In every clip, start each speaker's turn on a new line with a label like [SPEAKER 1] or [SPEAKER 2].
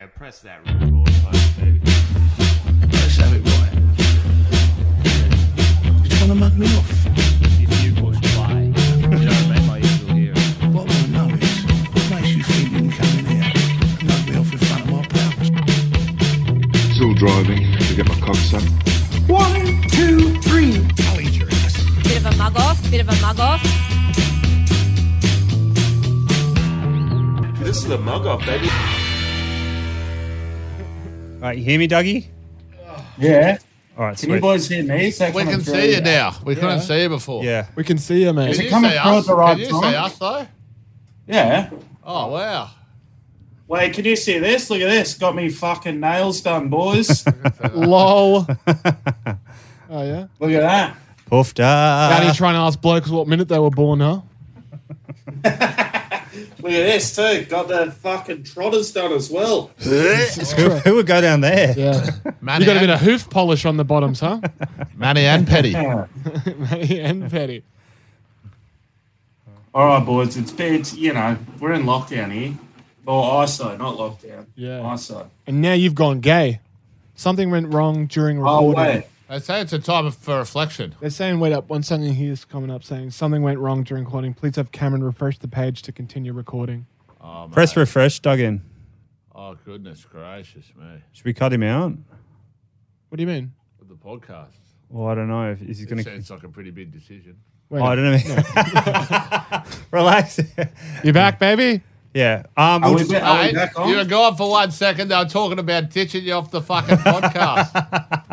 [SPEAKER 1] Yeah, press that record button, baby.
[SPEAKER 2] Let's have it right. You're trying to mug me off.
[SPEAKER 3] If you push play, you know what I mean? Like you'll hear.
[SPEAKER 2] What I want to know is what makes you think you can come in here and mug me off in front of my pals?
[SPEAKER 4] Still driving to get my cocks up.
[SPEAKER 5] One, two, three.
[SPEAKER 2] I'll eat your ass.
[SPEAKER 6] Bit of a mug off, bit of a mug off.
[SPEAKER 7] This is the mug off, baby.
[SPEAKER 8] Right, you hear me, Dougie?
[SPEAKER 9] Yeah.
[SPEAKER 8] All right,
[SPEAKER 9] Can you
[SPEAKER 8] sweet.
[SPEAKER 9] boys hear me? Is that
[SPEAKER 10] We
[SPEAKER 9] coming
[SPEAKER 10] can
[SPEAKER 9] through?
[SPEAKER 10] see you now. We couldn't see you before.
[SPEAKER 8] Yeah.
[SPEAKER 11] We can see you,
[SPEAKER 10] Can
[SPEAKER 11] mate.
[SPEAKER 9] it
[SPEAKER 10] you
[SPEAKER 9] coming
[SPEAKER 10] see
[SPEAKER 9] through
[SPEAKER 10] us?
[SPEAKER 9] at the right
[SPEAKER 10] Can you
[SPEAKER 9] time?
[SPEAKER 10] see us though?
[SPEAKER 9] Yeah.
[SPEAKER 10] Oh wow.
[SPEAKER 9] Wait, can you see this? Look at this. Got me fucking nails done, boys. Look
[SPEAKER 11] Lol. oh yeah.
[SPEAKER 9] at that.
[SPEAKER 8] Puffed up.
[SPEAKER 11] Daddy trying to ask blokes what minute they were born, huh?
[SPEAKER 9] Look at this too. Got the fucking trotters done as well.
[SPEAKER 8] Who, who would go down there?
[SPEAKER 11] Yeah.
[SPEAKER 10] Manny,
[SPEAKER 11] you got a
[SPEAKER 10] and,
[SPEAKER 11] bit of hoof polish on the bottoms, huh?
[SPEAKER 10] Manny and Petty.
[SPEAKER 11] Manny and Petty.
[SPEAKER 9] All right, boys. It's been, it's, you know, we're in lockdown here. Or ISO, not lockdown.
[SPEAKER 11] Yeah.
[SPEAKER 9] ISO.
[SPEAKER 11] And now you've gone gay. Something went wrong during
[SPEAKER 9] Oh,
[SPEAKER 11] recording.
[SPEAKER 9] wait.
[SPEAKER 10] They say it's a time of- for reflection.
[SPEAKER 11] They're saying, wait up, one something here's coming up saying something went wrong during recording. Please have Cameron refresh the page to continue recording.
[SPEAKER 8] Press refresh, dug in.
[SPEAKER 10] Oh goodness gracious me!
[SPEAKER 8] Should we cut him out?
[SPEAKER 11] What do you mean?
[SPEAKER 10] With the podcast,
[SPEAKER 8] Well, I don't know. If, is he going
[SPEAKER 10] it
[SPEAKER 8] to?
[SPEAKER 10] sounds like a pretty big decision.
[SPEAKER 11] Wait,
[SPEAKER 8] I don't know. Relax.
[SPEAKER 11] you back, baby?
[SPEAKER 8] yeah. Um,
[SPEAKER 9] Are we,
[SPEAKER 8] we'll-
[SPEAKER 9] ba- are we
[SPEAKER 10] Hey,
[SPEAKER 9] back on?
[SPEAKER 10] you were gone for one second. They were talking about ditching you off the fucking podcast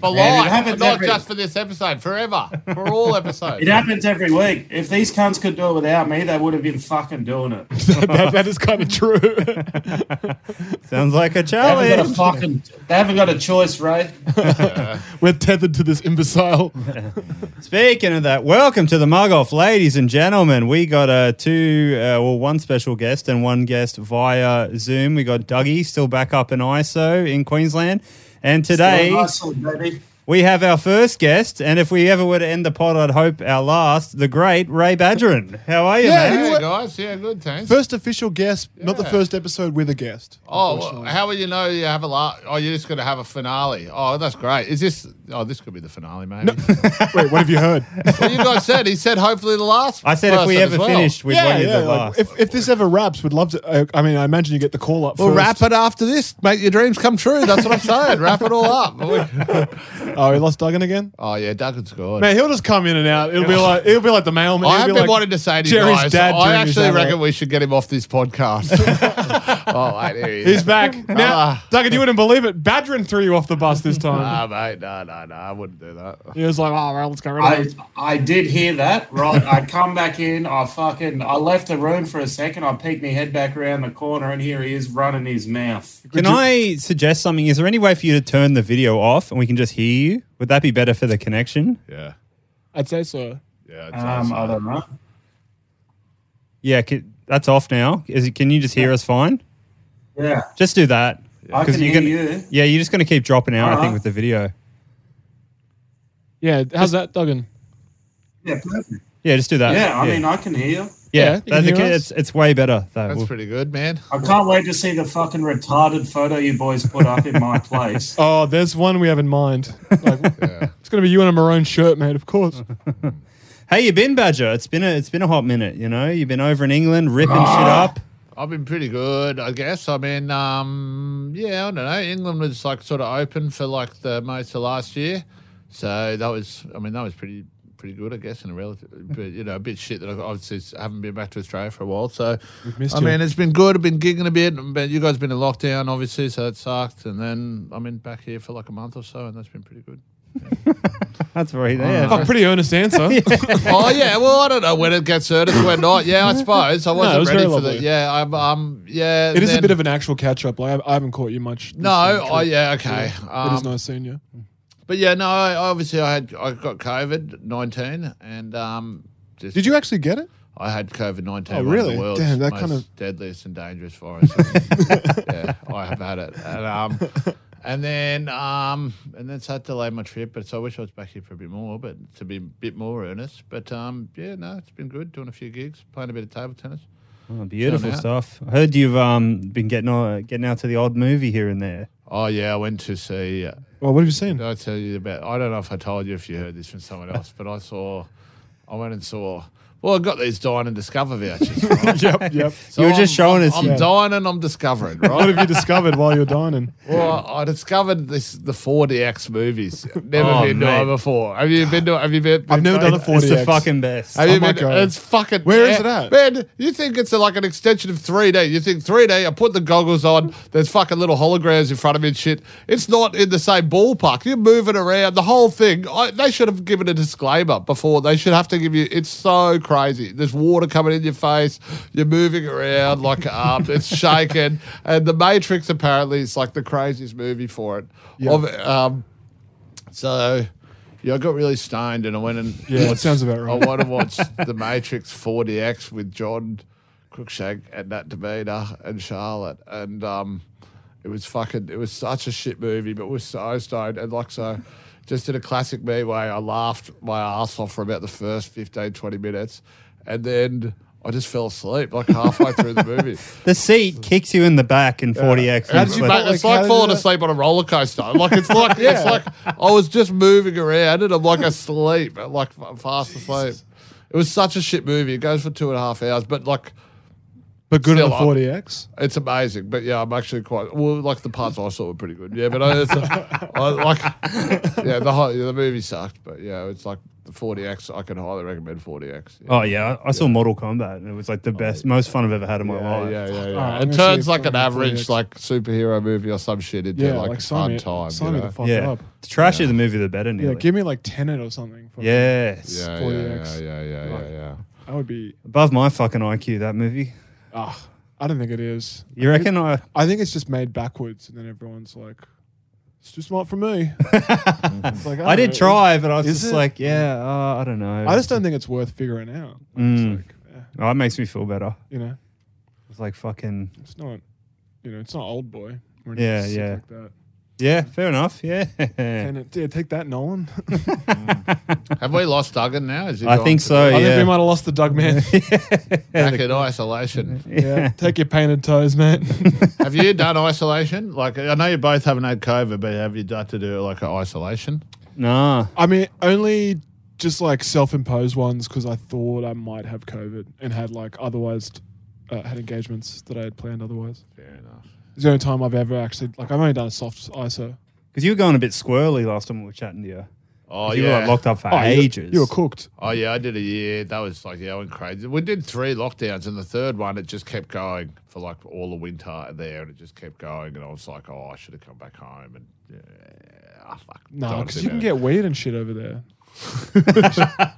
[SPEAKER 10] for
[SPEAKER 9] Man, it
[SPEAKER 10] life,
[SPEAKER 9] happens
[SPEAKER 10] not
[SPEAKER 9] every-
[SPEAKER 10] just for this episode, forever, for all episodes.
[SPEAKER 9] It happens every week. If these cunts could do it without me, they would have been fucking doing it.
[SPEAKER 11] That- that is kind of true.
[SPEAKER 8] sounds like a
[SPEAKER 9] They haven't got a
[SPEAKER 8] challenge.
[SPEAKER 9] fucking. They haven't got a choice, Ray.
[SPEAKER 11] We're tethered to this imbecile.
[SPEAKER 8] Speaking of that, welcome to the Mug Off, ladies and gentlemen. We got uh, two, uh, well, one special guest and one guest via Zoom. We got Dougie still back up in ISO in Queensland, and today.
[SPEAKER 9] Still an ISO, baby.
[SPEAKER 8] We have our first guest, and if we ever were to end the pod, I'd hope our last, the great Ray Badgerin. How are you,
[SPEAKER 11] Yeah,
[SPEAKER 8] mate?
[SPEAKER 10] Hey
[SPEAKER 11] What-
[SPEAKER 10] guys, yeah, good thanks.
[SPEAKER 11] First official guest, not the
[SPEAKER 10] Yeah.
[SPEAKER 11] first episode with a guest.
[SPEAKER 10] Oh, well,
[SPEAKER 11] unfortunately.
[SPEAKER 10] how will you know you have a la Oh, you're just going to have a finale. Oh, that's great. Is this? Oh, this could be the finale, maybe.
[SPEAKER 11] wait, what have you heard?
[SPEAKER 10] well, you guys said he said hopefully the last.
[SPEAKER 8] I said if
[SPEAKER 10] person
[SPEAKER 8] we
[SPEAKER 10] as
[SPEAKER 8] ever
[SPEAKER 10] well.
[SPEAKER 8] finished, we'd want you the
[SPEAKER 11] like,
[SPEAKER 8] last.
[SPEAKER 11] if, if this ever wraps, we'd love to. I, I mean, I imagine you get the call up.
[SPEAKER 10] We'll
[SPEAKER 11] first.
[SPEAKER 10] wrap it after this. Make your dreams come true. That's what I'm saying. wrap it all up.
[SPEAKER 11] Oh, we lost Duggan again.
[SPEAKER 10] Oh yeah, Duncan scored.
[SPEAKER 11] Man, he'll just come in and out. It'll be like it'll be like the
[SPEAKER 10] I
[SPEAKER 11] mailman. He'll
[SPEAKER 10] have
[SPEAKER 11] be
[SPEAKER 10] been
[SPEAKER 11] like,
[SPEAKER 10] wanting to say to you
[SPEAKER 11] Jerry's
[SPEAKER 10] guys,
[SPEAKER 11] dad
[SPEAKER 10] I
[SPEAKER 11] during his
[SPEAKER 10] actually
[SPEAKER 11] hour.
[SPEAKER 10] reckon we should get him off this podcast. oh, wait, here he is.
[SPEAKER 11] He's back now.
[SPEAKER 10] Ah.
[SPEAKER 11] Duggan, you wouldn't believe it. Badrin threw you off the bus this time.
[SPEAKER 10] Nah, ah, mate, no, no, no, I wouldn't do that.
[SPEAKER 11] he was like, "All right, let's get rid of
[SPEAKER 9] I
[SPEAKER 11] it."
[SPEAKER 9] I did hear that. Right, I come back in. I fucking I left the room for a second. I peeked my head back around the corner, and here he is running his mouth.
[SPEAKER 8] Can I suggest something? Is there any way for you to turn the video off and we can just hear you? Would that be better for the connection?
[SPEAKER 10] Yeah,
[SPEAKER 11] I'd say so.
[SPEAKER 10] yeah. it's
[SPEAKER 9] Um, I
[SPEAKER 10] awesome.
[SPEAKER 9] don't know.
[SPEAKER 8] Yeah, ca- that's off now. Is it, can you just hear us fine?
[SPEAKER 9] Yeah,
[SPEAKER 8] Just do that.
[SPEAKER 9] I
[SPEAKER 8] 'Cause
[SPEAKER 9] can hear
[SPEAKER 8] you're gonna-
[SPEAKER 9] you.
[SPEAKER 8] Yeah, you're just going to keep dropping out, I think,
[SPEAKER 9] Uh-huh.
[SPEAKER 8] with the video.
[SPEAKER 11] Yeah, how's that, Duggan?
[SPEAKER 9] Yeah, perfect.
[SPEAKER 8] Yeah, just do that.
[SPEAKER 9] Yeah, I mean, I can hear you.
[SPEAKER 11] yeah,
[SPEAKER 8] yeah,
[SPEAKER 11] you can
[SPEAKER 8] that's
[SPEAKER 11] hear
[SPEAKER 8] okay.
[SPEAKER 11] us?
[SPEAKER 8] it's, it's way better. Though.
[SPEAKER 10] That's
[SPEAKER 8] We'll-
[SPEAKER 10] pretty good, man.
[SPEAKER 9] I can't wait to see the fucking retarded photo you boys put up in my place.
[SPEAKER 11] Oh, there's one we have in mind. Like, It's gonna be you in a maroon shirt, mate. Of course.
[SPEAKER 8] How you been, Badger? It's been a it's been a hot minute. You know, you've been over in England ripping shit
[SPEAKER 9] Ah.
[SPEAKER 8] up.
[SPEAKER 10] I've been pretty good, I guess. I mean, um, yeah, I don't know. England was like sort of open for like the most of last year, so that was, I mean, that was pretty pretty good, I guess, in a relative, but you know, a bit shit that I obviously s- haven't been back to Australia for a while. So,
[SPEAKER 11] missed
[SPEAKER 10] I
[SPEAKER 11] you.
[SPEAKER 10] mean, it's been good. I've been gigging a bit, but you guys been in lockdown, obviously, so it sucked. And then I'm in back here for like a month or so, and that's been pretty good.
[SPEAKER 8] That's
[SPEAKER 9] Ah.
[SPEAKER 8] right there.
[SPEAKER 11] Oh, pretty earnest answer.
[SPEAKER 10] oh yeah, well I don't know when it gets hurt and when not. Yeah, I suppose I wasn't
[SPEAKER 11] was
[SPEAKER 10] ready
[SPEAKER 11] very
[SPEAKER 10] for the
[SPEAKER 11] lovely.
[SPEAKER 10] Yeah, I'm. Um, yeah,
[SPEAKER 11] It is a
[SPEAKER 10] then-
[SPEAKER 11] bit of an actual catch up. Like I, I haven't caught you much.
[SPEAKER 10] No, oh yeah, okay.
[SPEAKER 11] it
[SPEAKER 10] Um,
[SPEAKER 11] is nice seeing you.
[SPEAKER 10] But yeah, no, I, obviously I had I got COVID nineteen and um just
[SPEAKER 11] Did you actually get it?
[SPEAKER 10] I had COVID nineteen.
[SPEAKER 11] Oh,
[SPEAKER 10] One
[SPEAKER 11] really?
[SPEAKER 10] of the world's
[SPEAKER 11] Damn, that
[SPEAKER 10] most
[SPEAKER 11] kind of-
[SPEAKER 10] deadliest and dangerous virus. yeah, I have had it, and um, and then um, and then so I delayed my trip. But so I wish I was back here for a bit more, but to be a bit more earnest. But um, yeah, no, it's been good doing a few gigs, playing a bit of table tennis.
[SPEAKER 8] Oh, beautiful
[SPEAKER 10] Shout
[SPEAKER 8] stuff. I heard you've um, been getting uh, getting out to the odd movie here and there.
[SPEAKER 10] Oh yeah, I went to see.
[SPEAKER 11] Well, what have you seen?
[SPEAKER 10] Did I tell you about? I don't know if I told you if you heard this from someone else, but I saw. I went and saw. Well, I got these dine and discover vouchers. Right?
[SPEAKER 11] yep, yep.
[SPEAKER 10] So
[SPEAKER 8] you were
[SPEAKER 10] I'm-
[SPEAKER 8] just showing
[SPEAKER 10] I'm-
[SPEAKER 8] us.
[SPEAKER 10] I'm
[SPEAKER 8] your-
[SPEAKER 10] dining. I'm discovering. Right.
[SPEAKER 11] What have you discovered while you're dining?
[SPEAKER 10] Well, I discovered this the 4DX movies. Never
[SPEAKER 8] Oh,
[SPEAKER 10] been to
[SPEAKER 8] mate.
[SPEAKER 10] one before. Have you been to? Have you been?
[SPEAKER 11] I've never done a
[SPEAKER 10] been-
[SPEAKER 11] 4DX.
[SPEAKER 8] it's the fucking best.
[SPEAKER 10] Have you
[SPEAKER 11] Oh my
[SPEAKER 10] been-
[SPEAKER 11] God.
[SPEAKER 10] It's fucking.
[SPEAKER 11] Where
[SPEAKER 10] Where
[SPEAKER 11] is
[SPEAKER 10] is
[SPEAKER 11] it at?
[SPEAKER 10] Ben? You think it's like an extension of 3D? You think 3D? I put the goggles on. There's fucking little holograms in front of me and shit. It's not in the same ballpark. You're moving around. The whole thing. I, they should have given a disclaimer before. They should have to give you. It's so crazy. There's water coming in your face. You're moving around like um, it's shaking. And the Matrix apparently is like the craziest movie for it. Of, um, so. Yeah, I got really stoned and I went and
[SPEAKER 11] Yeah, that sounds about
[SPEAKER 10] I
[SPEAKER 11] right.
[SPEAKER 10] want to watch The Matrix 4DX with John Cruikshank and Nat DeBeda and Charlotte. And um, it was fucking, it was such a shit movie, but we're so stoned. And like, so just in a classic me way, I laughed my ass off for about the first 15, 20 minutes. And then I just fell asleep like halfway through the movie.
[SPEAKER 8] the seat kicks you in the back in 40x.
[SPEAKER 10] How did you
[SPEAKER 8] It's like-
[SPEAKER 10] make- it's
[SPEAKER 11] like, how
[SPEAKER 10] like
[SPEAKER 11] did
[SPEAKER 10] falling
[SPEAKER 11] you-
[SPEAKER 10] asleep on a roller coaster. Like it's like it's like I was just moving around and I'm like asleep, like f- fast asleep. It was such a shit movie. It goes for two and a half hours, but like
[SPEAKER 11] But good on
[SPEAKER 10] Still
[SPEAKER 11] the
[SPEAKER 10] up.
[SPEAKER 11] 40X.
[SPEAKER 10] it's amazing. But yeah, I'm actually quite well. Like the parts I saw were pretty good. Yeah, but I, it's, I like yeah the whole, the movie sucked. But yeah, it's like the 40x. I can highly recommend 40x. Yeah.
[SPEAKER 8] oh yeah, I, I saw Mortal Kombat and it was like
[SPEAKER 11] Oh,
[SPEAKER 8] the best, most fun I've ever had in my
[SPEAKER 10] Yeah,
[SPEAKER 8] life.
[SPEAKER 10] yeah, yeah,
[SPEAKER 11] All right,
[SPEAKER 10] yeah.
[SPEAKER 11] I'm
[SPEAKER 10] it
[SPEAKER 11] gonna
[SPEAKER 10] turns
[SPEAKER 11] see
[SPEAKER 10] like
[SPEAKER 11] if
[SPEAKER 10] an
[SPEAKER 11] I can
[SPEAKER 10] average
[SPEAKER 11] 40X.
[SPEAKER 10] like superhero movie or some shit into
[SPEAKER 11] Yeah,
[SPEAKER 10] like,
[SPEAKER 11] like
[SPEAKER 10] fun
[SPEAKER 11] Simon.
[SPEAKER 10] time.
[SPEAKER 11] Sign
[SPEAKER 10] you
[SPEAKER 11] me
[SPEAKER 10] know?
[SPEAKER 11] the fuck
[SPEAKER 8] Yeah.
[SPEAKER 11] up.
[SPEAKER 8] the trashier the movie, the better.
[SPEAKER 11] Yeah,
[SPEAKER 8] Nearly.
[SPEAKER 11] give me like Tenet or something. fucking.
[SPEAKER 8] yes,
[SPEAKER 10] yeah, Yeah,
[SPEAKER 11] 40X.
[SPEAKER 10] yeah, yeah, yeah, yeah.
[SPEAKER 11] That would be.
[SPEAKER 8] above my fucking IQ that movie.
[SPEAKER 11] Ah, I don't think it is.
[SPEAKER 8] You
[SPEAKER 11] I think-
[SPEAKER 8] reckon? I
[SPEAKER 11] I think it's just made backwards, and then everyone's like, "It's too smart for me." It's like,
[SPEAKER 8] I
[SPEAKER 11] don't
[SPEAKER 8] did
[SPEAKER 11] know.
[SPEAKER 8] try, but I was
[SPEAKER 11] Is
[SPEAKER 8] just
[SPEAKER 11] it?
[SPEAKER 8] like, yeah, uh, I don't know.
[SPEAKER 11] I just don't think it's worth figuring out. Like,
[SPEAKER 8] Mm.
[SPEAKER 11] It's like, eh,
[SPEAKER 8] Oh, it makes me feel better.
[SPEAKER 11] you know,
[SPEAKER 8] It's like fucking.
[SPEAKER 11] it's not, you know, it's not old boy. Or
[SPEAKER 8] Yeah,
[SPEAKER 11] anything sick
[SPEAKER 8] yeah.
[SPEAKER 11] Like that.
[SPEAKER 8] Yeah, fair enough. Yeah.
[SPEAKER 11] And it, yeah, take that, Nolan.
[SPEAKER 10] Have we lost Duggan now? Is he
[SPEAKER 8] I
[SPEAKER 10] gone
[SPEAKER 8] think
[SPEAKER 10] to
[SPEAKER 8] so.
[SPEAKER 11] I
[SPEAKER 8] yeah.
[SPEAKER 11] think we might have lost the Doug man.
[SPEAKER 10] Back in isolation.
[SPEAKER 11] yeah, take your painted toes, mate.
[SPEAKER 10] have you done isolation? Like, I know you both haven't had COVID, but have you done to do like an isolation?
[SPEAKER 8] Nah.
[SPEAKER 11] I mean, only just like self-imposed ones because I thought I might have COVID and had like otherwise uh, had engagements that I had planned otherwise.
[SPEAKER 10] Fair enough.
[SPEAKER 11] It's the only time I've ever actually like I've only done a soft ISO.
[SPEAKER 8] Because you were going a bit squirrely last time we were chatting to you.
[SPEAKER 10] Oh,
[SPEAKER 8] you
[SPEAKER 10] yeah.
[SPEAKER 8] were like locked up for
[SPEAKER 11] Oh, you-
[SPEAKER 8] ages.
[SPEAKER 11] You were cooked.
[SPEAKER 10] Oh, yeah, I did a year. That was like, yeah, I went crazy. We did three lockdowns, and the third one, it just kept going for like all the winter there, and it just kept going. And I was like, oh, I should have come back home. And yeah, ah, fuck.
[SPEAKER 11] No,
[SPEAKER 10] Don't
[SPEAKER 11] because
[SPEAKER 10] do
[SPEAKER 11] you can
[SPEAKER 10] that.
[SPEAKER 11] get weed and shit over there.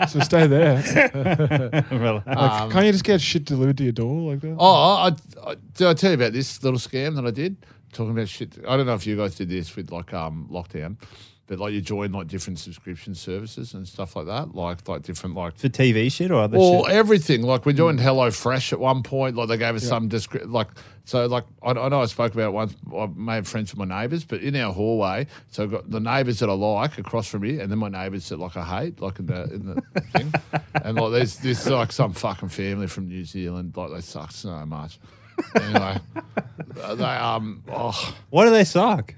[SPEAKER 11] so stay there.
[SPEAKER 8] Really?
[SPEAKER 11] Like, can't you just get shit delivered to your door like that?
[SPEAKER 10] Um, Oh, I, I, did I tell you about this little scam that I did? Talking about shit. I don't know if you guys did this with like um lockdown, but like you join like different subscription services and stuff like that, like like different like.
[SPEAKER 8] For TV shit or other
[SPEAKER 10] Well,
[SPEAKER 8] shit?
[SPEAKER 10] everything like we joined Hello Fresh at one point. Like they gave us some description. Like so, like I, I know I spoke about it once. I made friends with my neighbours, but in our hallway, so I've got the neighbours that I like across from me, and then my neighbours that like I hate, like in the in the thing. And like there's this like some fucking family from New Zealand, like they suck so much. Anyway, they um oh
[SPEAKER 8] Why do they suck?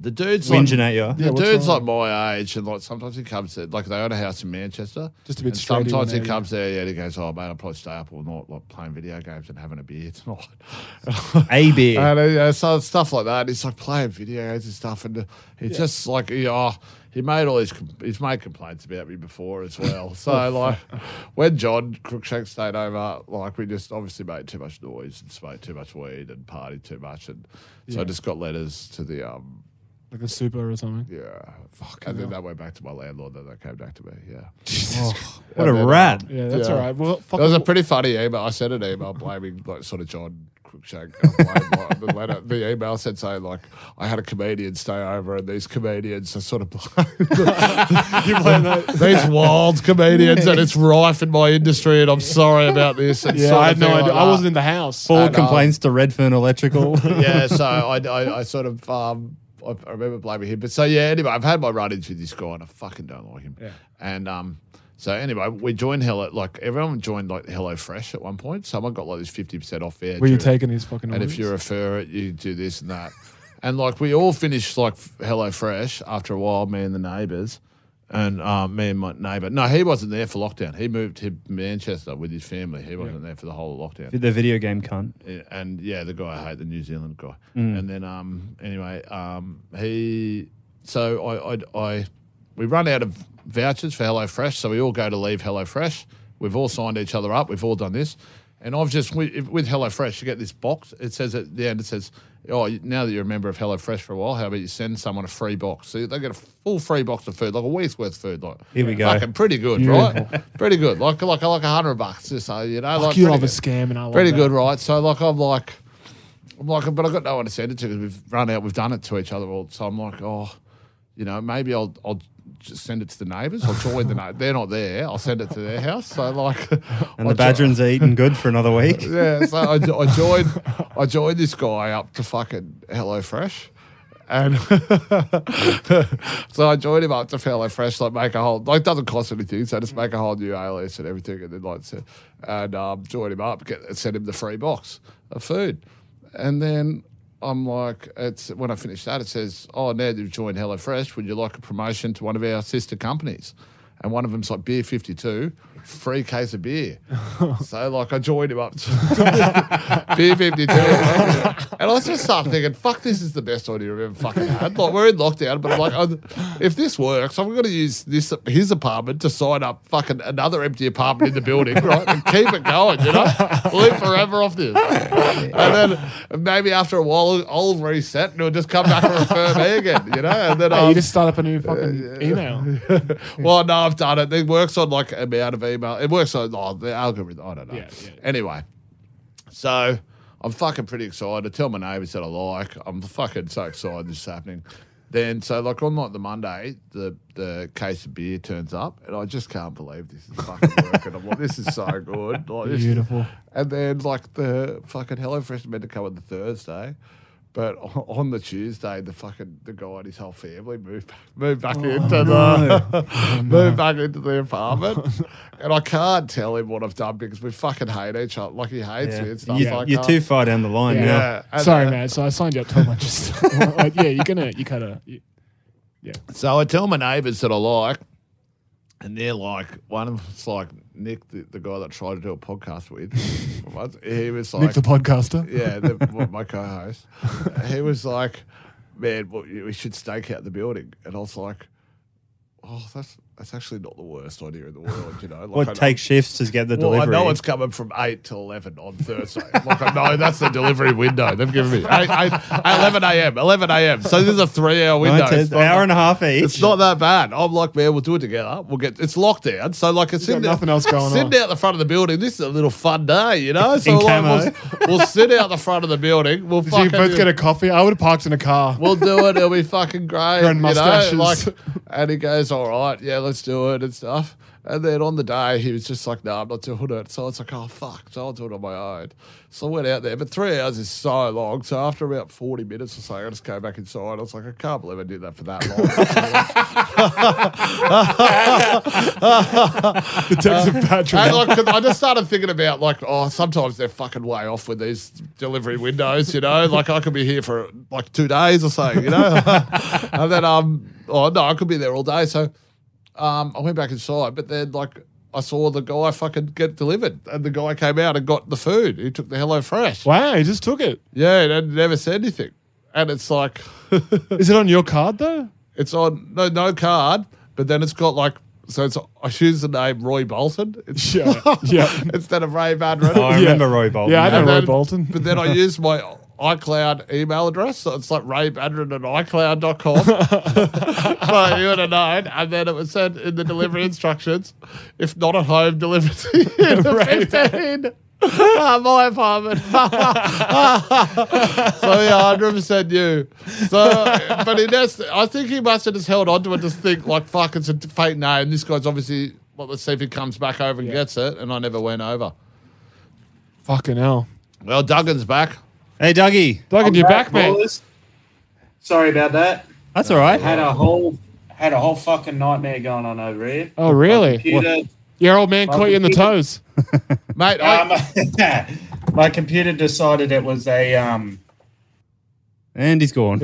[SPEAKER 10] the dude's like,
[SPEAKER 8] Whinging at you.
[SPEAKER 10] the
[SPEAKER 11] what's
[SPEAKER 10] dude's
[SPEAKER 11] wrong?
[SPEAKER 10] like my age, and like sometimes he comes there, like they own a house in Manchester.
[SPEAKER 11] Just a bit
[SPEAKER 10] and
[SPEAKER 11] straighty in
[SPEAKER 10] Sometimes he
[SPEAKER 11] there, yeah.
[SPEAKER 10] comes there, yeah, and he goes, "Oh mate, I'll probably stay up all night, like playing video games and having a beer tonight."
[SPEAKER 8] A beer.
[SPEAKER 10] And uh, yeah, so stuff like that. He's like playing video games and stuff, and uh, he just like he, oh, he made all these com- he's made complaints about me before as well. So like when John Cruikshank stayed over, like we just obviously made too much noise and smoked too much weed and partied too much, and so I just got letters to the um
[SPEAKER 11] Like a super or something.
[SPEAKER 10] yeah. Fuck. And then that went back to my landlord, then that came back to me. Yeah.
[SPEAKER 8] what a
[SPEAKER 10] then, uh,
[SPEAKER 8] rat.
[SPEAKER 11] Yeah, that's
[SPEAKER 10] Yeah.
[SPEAKER 11] all right. Well, fuck
[SPEAKER 10] That was a
[SPEAKER 11] all-
[SPEAKER 10] pretty funny email. I sent an email blaming like sort of John Cruikshank. I blamed, like, the, letter, the email said something like, I had a comedian stay over and these comedians are sort of these wild comedians and it's rife in my industry and I'm sorry about this. And
[SPEAKER 11] yeah,
[SPEAKER 10] sort
[SPEAKER 11] I
[SPEAKER 10] of
[SPEAKER 11] had no
[SPEAKER 10] thing like
[SPEAKER 11] idea. I
[SPEAKER 10] that.
[SPEAKER 11] wasn't in the house.
[SPEAKER 8] Four
[SPEAKER 10] And, um,
[SPEAKER 8] complaints to Redfern Electrical.
[SPEAKER 10] yeah, so I, I, I sort of um, I, I remember blaming him. But so yeah, anyway, I've had my run-ins with this guy, and I fucking don't like him.
[SPEAKER 11] Yeah.
[SPEAKER 10] And um, So anyway, we joined Hello. Like everyone joined like Hello Fresh at one point. Someone got like this fifty percent off there.
[SPEAKER 11] Were you taking his fucking
[SPEAKER 10] And
[SPEAKER 11] orders?
[SPEAKER 10] if you refer it, you do this and that. and like we all finished like Hello Fresh after a while, me and the neighbours. And um, me and my neighbour. No, he wasn't there for lockdown. He moved to Manchester with his family. He wasn't there for the whole lockdown
[SPEAKER 8] The video game cunt.
[SPEAKER 10] and yeah, the guy I hate, the New Zealand guy.
[SPEAKER 8] Mm.
[SPEAKER 10] And then um, anyway, um, he so I, I I we run out of vouchers for HelloFresh, so we all go to leave HelloFresh. We've all signed each other up. We've all done this, and I've just with, with HelloFresh you get this box. It says at the end, it says, "Oh, now that you're a member of HelloFresh for a while, how about you send someone a free box? So they get a full free box of food, like a week's worth of food. Like
[SPEAKER 8] Here we go.
[SPEAKER 10] fucking pretty good, right? pretty good, like like like a hundred bucks. Just so you know,
[SPEAKER 11] Fuck
[SPEAKER 10] like
[SPEAKER 11] you
[SPEAKER 10] pretty
[SPEAKER 11] love a
[SPEAKER 10] good.
[SPEAKER 11] scam, and I love
[SPEAKER 10] Pretty
[SPEAKER 11] that.
[SPEAKER 10] good, right? So like I'm like I'm like, but I've got no one to send it to because we've run out. We've done it to each other all. So I'm like, oh, you know, maybe I'll I'll just send it to the neighbours. I'll join the na- they're not there. I'll send it to their house. So like,
[SPEAKER 8] And the Badgerins are eating good for another week.
[SPEAKER 10] yeah, so I, jo- I joined I joined this guy up to fucking HelloFresh. And so I joined him up to HelloFresh, like make a whole like doesn't cost anything, so just make a whole new alias and everything and then like so, and um, join him up, get send him the free box of food. And then I'm like, it's when I finish that, it says, Oh, now that you've joined HelloFresh, would you like a promotion to one of our sister companies? And one of them's like Beer 52, free case of beer. so, like, I joined him up to Beer 52. and I just start thinking, fuck, this is the best idea I've ever fucking had. Like, we're in lockdown, but I'm like, i if this works, I'm going to use this his apartment to sign up fucking another empty apartment in the building, right? And keep it going, you know? Live forever off this. And then maybe after a while, I'll reset and it'll just come back and refer me again, you know? And then
[SPEAKER 11] Hey,
[SPEAKER 10] I'll.
[SPEAKER 11] you just start up a new fucking email.
[SPEAKER 10] Well, no, I've done it. It works on like amount of email. It works on oh, the algorithm. I don't know.
[SPEAKER 11] Yeah, yeah.
[SPEAKER 10] Anyway, so I'm fucking pretty excited. I tell my neighbours that I like. I'm fucking so excited this is happening. Then so like on like the Monday, the the case of beer turns up, and I just can't believe this is fucking working. I'm like, this is so good. Like, this is-
[SPEAKER 11] Beautiful.
[SPEAKER 10] and then like the fucking HelloFresh meant to come on the Thursday. But o- on the Tuesday, the fucking the guy and his whole family moved moved back into the moved back into the apartment, and I can't tell him what I've done because we fucking hate each other. Like he hates
[SPEAKER 8] Yeah.
[SPEAKER 10] me and stuff
[SPEAKER 8] You,
[SPEAKER 10] like
[SPEAKER 8] you're
[SPEAKER 10] that.
[SPEAKER 8] too far down the line
[SPEAKER 11] Yeah.
[SPEAKER 8] now.
[SPEAKER 10] Yeah. And
[SPEAKER 11] Sorry,
[SPEAKER 10] then-
[SPEAKER 11] man. So I signed you up to a bunch of stuff. Like, yeah, you're gonna, you kind of,
[SPEAKER 10] So I tell my neighbours that I like, and they're like, one of them's like Nick, the, the guy that I tried to do a podcast with. once, he was like,
[SPEAKER 11] Nick the podcaster.
[SPEAKER 10] yeah, the, what, my co-host. He was like, "Man, well, you- we should stake out the building," and I was like, "Oh, that's that's actually not the worst idea in the world, you know." Like, I
[SPEAKER 8] What
[SPEAKER 10] know-
[SPEAKER 8] takes shifts to get the
[SPEAKER 10] well,
[SPEAKER 8] delivery?
[SPEAKER 10] I know it's coming from eight to eleven on Thursday. like, I know that's the delivery window they've given me. 8, 8, eleven a.m. Eleven a.m. So this is a three-hour window.
[SPEAKER 8] Nineteen-
[SPEAKER 10] It's not
[SPEAKER 8] hour
[SPEAKER 10] like-
[SPEAKER 8] and a half each.
[SPEAKER 10] it's not that bad. I'm like, man, we'll do it together. We'll get it's lockdown, so like it's
[SPEAKER 11] got
[SPEAKER 10] sitting
[SPEAKER 11] nothing else going
[SPEAKER 10] Sitting
[SPEAKER 11] on.
[SPEAKER 10] out the front of the building. This is a little fun day, you know. So
[SPEAKER 8] In
[SPEAKER 10] like,
[SPEAKER 8] camo.
[SPEAKER 10] we'll, we'll sit out the front of the building. We'll
[SPEAKER 11] Did
[SPEAKER 10] fucking
[SPEAKER 11] you both get a coffee? I would have parked in a car.
[SPEAKER 10] we'll do it. It'll be fucking great.
[SPEAKER 11] Growing
[SPEAKER 10] you know?
[SPEAKER 11] mustaches.
[SPEAKER 10] like, and he goes, all right, yeah, let's do it and stuff. And then on the day, he was just like, no, I'm not doing it. So it's like, oh, fuck. So I'll do it on my own. So I went out there, but three hours is so long. So after about 40 minutes or so, I just came back inside. I was like, I can't believe I did that for that long.
[SPEAKER 11] Detective Patrick.
[SPEAKER 10] Uh, and like, 'cause I just started thinking about, like, oh, sometimes they're fucking way off with these delivery windows, you know? Like, I could be here for like two days or something, you know? and then, um, oh, no, I could be there all day. So, um, I went back inside, but then like I saw the guy fucking get delivered, and the guy came out and got the food. He took the Hello Fresh.
[SPEAKER 11] wow, he just took it.
[SPEAKER 10] Yeah, and never said anything. And it's like,
[SPEAKER 11] Is it on your card though?
[SPEAKER 10] it's on no no card, but then it's got like so it's I choose the name Roy Bolton it's,
[SPEAKER 11] Yeah, yeah.
[SPEAKER 10] instead of Ray Van Redden.
[SPEAKER 8] Oh, I remember Roy Bolton.
[SPEAKER 11] Yeah, I
[SPEAKER 8] now.
[SPEAKER 11] know
[SPEAKER 10] And
[SPEAKER 11] Roy
[SPEAKER 10] then-
[SPEAKER 11] Bolton.
[SPEAKER 10] But then I used my iCloud email address. So it's like Ray Badron at iCloud.com. so you would have known. And then it was said in the delivery instructions, if not at home, deliver to you in the 15. Ah, my apartment. so yeah, hundred percent you. So, but he just, I think he must have just held on to it, just think like, fuck, it's a fake name. This guy's obviously. Well, let's see if he comes back over and gets it. And I never went over.
[SPEAKER 11] Fucking hell.
[SPEAKER 10] Well, Duggan's back.
[SPEAKER 8] Hey, Dougie.
[SPEAKER 11] Oh, Doug, and you're
[SPEAKER 9] Back,
[SPEAKER 11] back, man.
[SPEAKER 9] boys. Sorry about that.
[SPEAKER 8] That's all right.
[SPEAKER 9] Had a whole Had a whole fucking nightmare going on over here.
[SPEAKER 11] Oh, really?
[SPEAKER 9] Computer,
[SPEAKER 11] Your old man caught you in the toes.
[SPEAKER 10] Mate,
[SPEAKER 9] um,
[SPEAKER 10] I,
[SPEAKER 9] my computer decided it was a um.
[SPEAKER 8] And he's gone.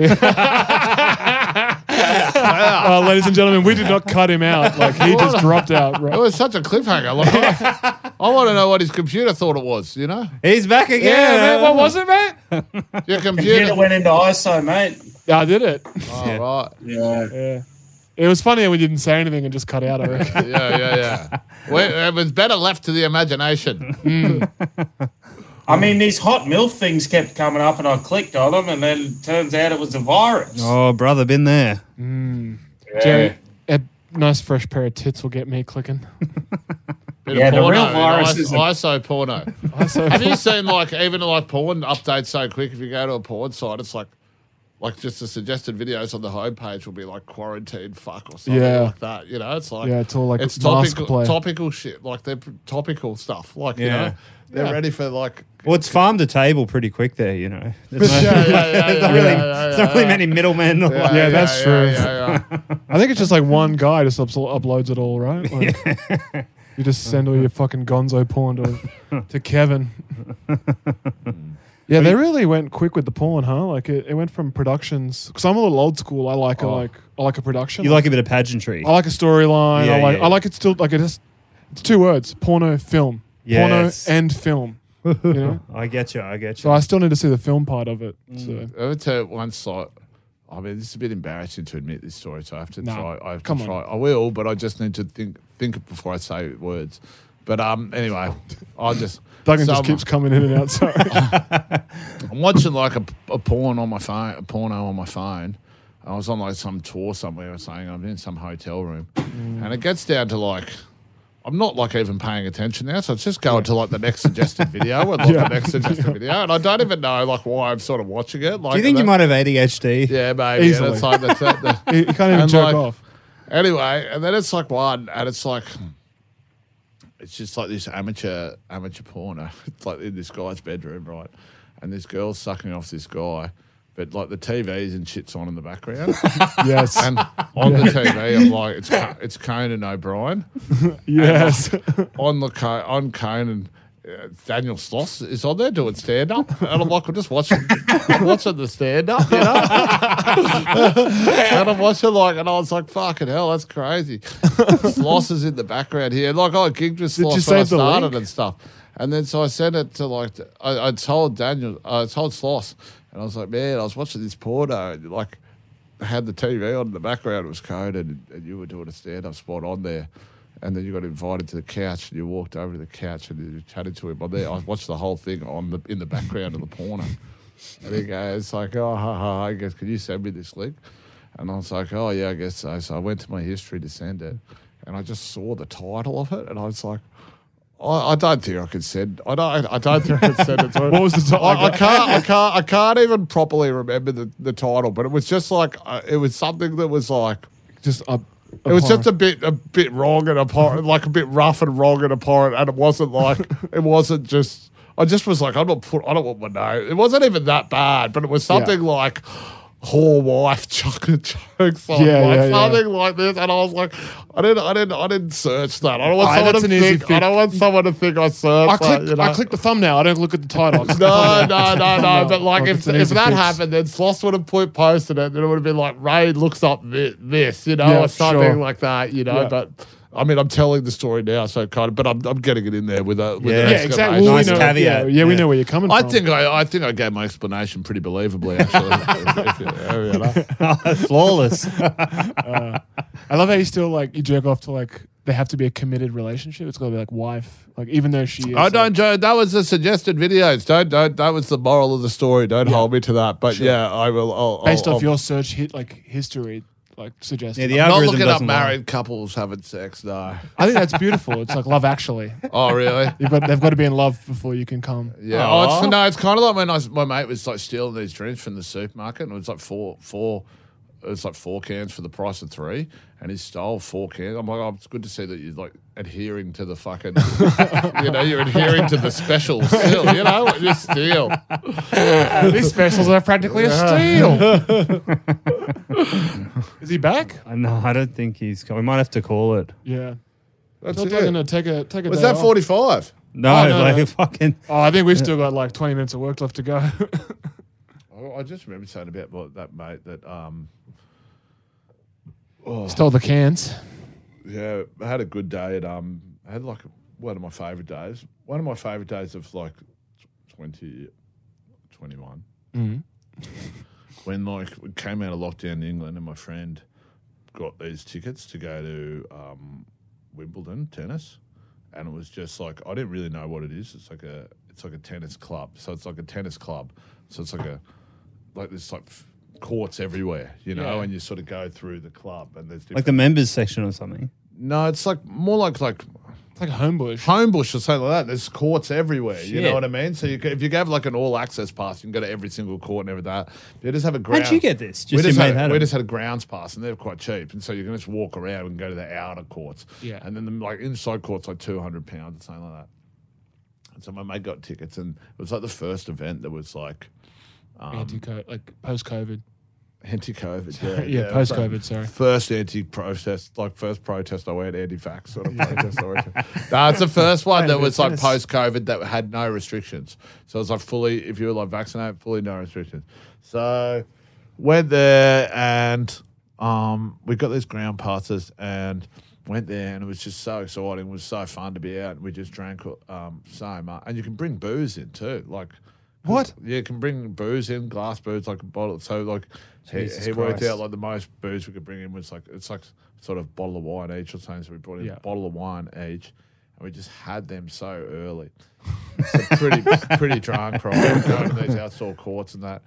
[SPEAKER 11] Uh, ladies and gentlemen, we did not cut him out. Like he just dropped out.
[SPEAKER 10] it
[SPEAKER 11] Right?
[SPEAKER 10] was such a cliffhanger. Like, I, want to know what his computer thought it was, you know?
[SPEAKER 8] he's back again.
[SPEAKER 11] Yeah, man. What was it, man?
[SPEAKER 10] Your
[SPEAKER 9] Computer
[SPEAKER 10] computer.
[SPEAKER 9] went into ISO, mate.
[SPEAKER 11] I did it.
[SPEAKER 10] oh, right.
[SPEAKER 9] Yeah.
[SPEAKER 11] Yeah. It was funny that we didn't say anything and just cut out. I reckon.
[SPEAKER 10] Yeah, yeah, yeah. Well, it was better left to the imagination.
[SPEAKER 9] I mean, these hot milf things kept coming up, and I clicked on them, and then it turns out it was a virus.
[SPEAKER 8] Oh, brother, been there.
[SPEAKER 11] Jerry, a nice fresh pair of tits will get me clicking.
[SPEAKER 10] Bit
[SPEAKER 9] Yeah,
[SPEAKER 10] of
[SPEAKER 9] the
[SPEAKER 10] porno,
[SPEAKER 9] real
[SPEAKER 10] you know,
[SPEAKER 9] virus
[SPEAKER 10] ISO,
[SPEAKER 9] is a-
[SPEAKER 10] ISO porno. Have you seen like even like porn updates so quick? If you go to a porn site, it's like like just the suggested videos on the homepage will be like quarantine fuck or something
[SPEAKER 11] Yeah.
[SPEAKER 10] like that. You know, it's like
[SPEAKER 11] Yeah, it's all like
[SPEAKER 10] it's
[SPEAKER 11] mask
[SPEAKER 10] topical
[SPEAKER 11] play.
[SPEAKER 10] topical shit. Like they're p- topical stuff. Like you
[SPEAKER 8] Yeah.
[SPEAKER 10] know, they're ready for like.
[SPEAKER 8] Well, it's farm to table pretty quick there, you know. There's no-
[SPEAKER 10] Yeah, yeah, yeah,
[SPEAKER 8] there's
[SPEAKER 10] yeah,
[SPEAKER 8] not really,
[SPEAKER 10] yeah, yeah,
[SPEAKER 8] there's not really
[SPEAKER 10] yeah.
[SPEAKER 8] many middlemen.
[SPEAKER 10] Yeah,
[SPEAKER 11] Yeah, that's
[SPEAKER 10] yeah,
[SPEAKER 11] true.
[SPEAKER 10] yeah, yeah.
[SPEAKER 11] I think it's just like one guy just ups- uploads it all, right? Like, You just send all your fucking gonzo porn to, to Kevin. Yeah, they really went quick with the porn, huh? Like it, it went from productions. Because I'm a little old school. I like a, like I like a production.
[SPEAKER 8] Oh. You like a bit of pageantry.
[SPEAKER 11] I like a storyline.
[SPEAKER 8] Yeah,
[SPEAKER 11] I like
[SPEAKER 8] yeah, yeah.
[SPEAKER 11] I like it still like it just it's two words: porno film,
[SPEAKER 8] Yes.
[SPEAKER 11] porno and film. you know?
[SPEAKER 8] I get you. I get you.
[SPEAKER 11] So I still need to see the film part of it.
[SPEAKER 8] Mm.
[SPEAKER 11] So
[SPEAKER 10] I went to one site. I mean, this is a bit embarrassing to admit this story, so I have to
[SPEAKER 11] No,
[SPEAKER 10] try. I have to
[SPEAKER 11] come on.
[SPEAKER 10] try. I will, but I just need to think think it before I say words. But um, anyway, I just
[SPEAKER 11] Duggan
[SPEAKER 10] so
[SPEAKER 11] just
[SPEAKER 10] I'm,
[SPEAKER 11] keeps coming in and out. Sorry.
[SPEAKER 10] I'm watching like a, a porn on my phone, a porno on my phone. I was on like some tour somewhere or something. I'm in some hotel room,
[SPEAKER 8] Mm.
[SPEAKER 10] and it gets down to like. I'm not like even paying attention now, so it's just going to like the next suggested video and like the next suggested video, and I don't even know like why I'm sort of watching it. Like,
[SPEAKER 8] Do you think you
[SPEAKER 10] that-
[SPEAKER 8] might have ADHD?
[SPEAKER 10] Yeah, maybe.
[SPEAKER 11] Easily.
[SPEAKER 10] And it's like that's it. The-
[SPEAKER 11] you can't even
[SPEAKER 10] And
[SPEAKER 11] jerk
[SPEAKER 10] like-
[SPEAKER 11] off.
[SPEAKER 10] Anyway, and then it's like one, and it's like it's just like this amateur amateur porno. It's like in this guy's bedroom, right? And this girl's sucking off this guy, but like the TVs and shits on in the background.
[SPEAKER 11] Yes.
[SPEAKER 10] and on the TV, I'm like, it's Co- it's Conan O'Brien
[SPEAKER 11] yes.
[SPEAKER 10] on the Co- on Conan. uh, Daniel Sloss is on there doing stand up, and I'm like, I'm just watching, I'm watching the stand up, you know. and I'm watching like, and I was like, fucking hell, that's crazy. Sloss is in the background here, like I gigged with
[SPEAKER 11] Did you
[SPEAKER 10] Sloss when I
[SPEAKER 11] save the
[SPEAKER 10] started
[SPEAKER 11] link?
[SPEAKER 10] and stuff, and then so I sent it to like, I, I told Daniel, I told Sloss, and I was like, man, I was watching this porno, and, like had the TV on in the background. It was coded, and you were doing a stand-up spot on there. And then you got invited to the couch, and you walked over to the couch, and you chatted to him on there. I watched the whole thing on the in the background of the porno. And he goes like, "Oh, ha, ha, ha. I guess can you send me this link?" And I was like, "Oh yeah, I guess so." So I went to my history to send it, and I just saw the title of it, and I was like. I, I don't think I can send. I don't. I don't think I can send it. To
[SPEAKER 11] What was the title?
[SPEAKER 10] I, I can't. I can't. I can't even properly remember the, the title. But it was just like uh, it was something that was like
[SPEAKER 11] Just a,
[SPEAKER 10] it was
[SPEAKER 11] Uh-huh.
[SPEAKER 10] just a bit a bit wrong and abhorrent, like a bit rough and wrong and abhorrent. And it wasn't like it wasn't just. I just was like, I'm not put. I don't want my name. It wasn't even that bad, but it was something like whore wife chocolate jokes on
[SPEAKER 11] Yeah,
[SPEAKER 10] like
[SPEAKER 11] yeah, yeah.
[SPEAKER 10] something like this. And I was like, I didn't, I didn't, I didn't search that. I don't want
[SPEAKER 11] Aye,
[SPEAKER 10] someone to
[SPEAKER 11] that's an easy
[SPEAKER 10] think. I
[SPEAKER 11] fix.
[SPEAKER 10] don't want someone to think I searched.
[SPEAKER 11] I
[SPEAKER 10] that,
[SPEAKER 11] clicked.
[SPEAKER 10] you know?
[SPEAKER 11] I clicked the thumbnail. I don't look at the title.
[SPEAKER 10] No, no, no, no. But like,
[SPEAKER 11] Like,
[SPEAKER 10] if,
[SPEAKER 11] it's an
[SPEAKER 10] if
[SPEAKER 11] easy
[SPEAKER 10] that
[SPEAKER 11] fix.
[SPEAKER 10] happened, then Sloss would have put posted it, then it would have been like Ray looks up thi- this, you know,
[SPEAKER 11] Yeah,
[SPEAKER 10] or something
[SPEAKER 11] sure.
[SPEAKER 10] like that, you know.
[SPEAKER 11] Yeah.
[SPEAKER 10] But I mean, I'm telling the story now, so kind of. But I'm, I'm getting it in there with a with
[SPEAKER 8] Yeah.
[SPEAKER 10] an
[SPEAKER 11] Yeah, exactly.
[SPEAKER 10] explanation.
[SPEAKER 11] Well, we
[SPEAKER 8] Nice
[SPEAKER 11] know-
[SPEAKER 8] caveat.
[SPEAKER 11] Yeah, yeah, we
[SPEAKER 8] Yeah.
[SPEAKER 11] know where you're coming
[SPEAKER 10] I
[SPEAKER 11] from.
[SPEAKER 10] think I, I think I gave my explanation pretty believably. Actually, If you- if you know.
[SPEAKER 8] Flawless.
[SPEAKER 11] I love how you still like you jerk off to like they have to be a committed relationship. It's got to be like wife, like even though she. Is,
[SPEAKER 10] I don't, Joe. That was the suggested videos. Don't, don't. That was the moral of the story. Don't hold me to that. But yeah, I will. I'll,
[SPEAKER 11] like, based
[SPEAKER 10] I'll,
[SPEAKER 11] off
[SPEAKER 10] I'll,
[SPEAKER 11] your search hit like history, like suggests.
[SPEAKER 8] Yeah, the
[SPEAKER 10] not
[SPEAKER 8] algorithm
[SPEAKER 10] looking up
[SPEAKER 8] doesn't lie.
[SPEAKER 10] married couples having sex. No.
[SPEAKER 11] I think that's beautiful. It's like Love Actually,
[SPEAKER 10] Oh, really?
[SPEAKER 11] You've got- they've got to be in love before you can come.
[SPEAKER 10] Yeah. Oh, it's, no, it's kind of like when I was, my mate was like stealing these drinks from the supermarket, and it was like four, four, it was like four cans for the price of three, and he stole four cans. I'm like, oh, it's good to see that you're like adhering to the fucking, you know, you're adhering to the special still, you know, what you steal.
[SPEAKER 11] These specials are practically a steal.
[SPEAKER 7] Is he back?
[SPEAKER 8] Uh, No, I don't think he's. co- We might have to call it.
[SPEAKER 7] Yeah.
[SPEAKER 10] That's
[SPEAKER 7] Still
[SPEAKER 10] it.
[SPEAKER 7] taking a take a take a.
[SPEAKER 10] Was
[SPEAKER 7] day
[SPEAKER 10] that
[SPEAKER 7] off.
[SPEAKER 10] 45?
[SPEAKER 8] No,
[SPEAKER 7] no,
[SPEAKER 8] like
[SPEAKER 7] no.
[SPEAKER 8] fucking.
[SPEAKER 7] Oh, I think we've still got like twenty minutes of work left to go.
[SPEAKER 10] I- I just remember saying about what that mate that um
[SPEAKER 7] Stole the cans.
[SPEAKER 10] yeah I had a good day at um I had like one of my favorite days one of my favorite days of like tw- 20 21 when like we came out of lockdown in England and my friend got these tickets to go to um Wimbledon tennis and it was just like I didn't really know what it is it's like a it's like a tennis club so it's like a tennis club so it's like a like there's like f- courts everywhere you know and you sort of go through the club and there's
[SPEAKER 8] Like
[SPEAKER 10] different
[SPEAKER 8] the members section or something.
[SPEAKER 10] no, it's like more like like
[SPEAKER 7] It's like a homebush.
[SPEAKER 10] Homebush or something like that. There's courts everywhere. You know
[SPEAKER 8] Shit.
[SPEAKER 10] what I mean? So you ca if you have like an all access pass, you can go to every single court and everything. Like that. You just have a ground.
[SPEAKER 8] you get this?
[SPEAKER 10] we
[SPEAKER 8] Just
[SPEAKER 10] just
[SPEAKER 8] your
[SPEAKER 10] had
[SPEAKER 8] mate had
[SPEAKER 10] we
[SPEAKER 8] it.
[SPEAKER 10] just had a grounds pass, and they're quite cheap. And so you can just walk around and go to the outer courts.
[SPEAKER 7] Yeah.
[SPEAKER 10] And then the, like inside courts like two hundred pounds or something like that. And so my mate got tickets, and it was like the first event that was like
[SPEAKER 7] anti COVID, like post COVID.
[SPEAKER 10] anti-COVID. Yeah,
[SPEAKER 7] Yeah,
[SPEAKER 10] it was, like,
[SPEAKER 7] post-COVID, sorry.
[SPEAKER 10] First anti-protest, like first protest I went anti-vax sort of protest I went to. No, it's the first one that was like post-COVID that had no restrictions. So it was like fully, if you were like vaccinated, fully no restrictions. So went there and um, we got these ground passes and went there and it was just so exciting. It was so fun to be out. We just drank um, so much. And you can bring booze in too. Like,
[SPEAKER 7] What?
[SPEAKER 10] yeah, you can bring booze in, glass booze, like a bottle. So like he,
[SPEAKER 8] Jesus
[SPEAKER 10] he worked
[SPEAKER 8] Christ.
[SPEAKER 10] out like the most booze we could bring in was like it's like sort of bottle of wine each or something. So we brought in
[SPEAKER 7] Yeah.
[SPEAKER 10] a bottle of wine each, and we just had them so early. so pretty pretty drunk, right? Going to these outdoor courts and that,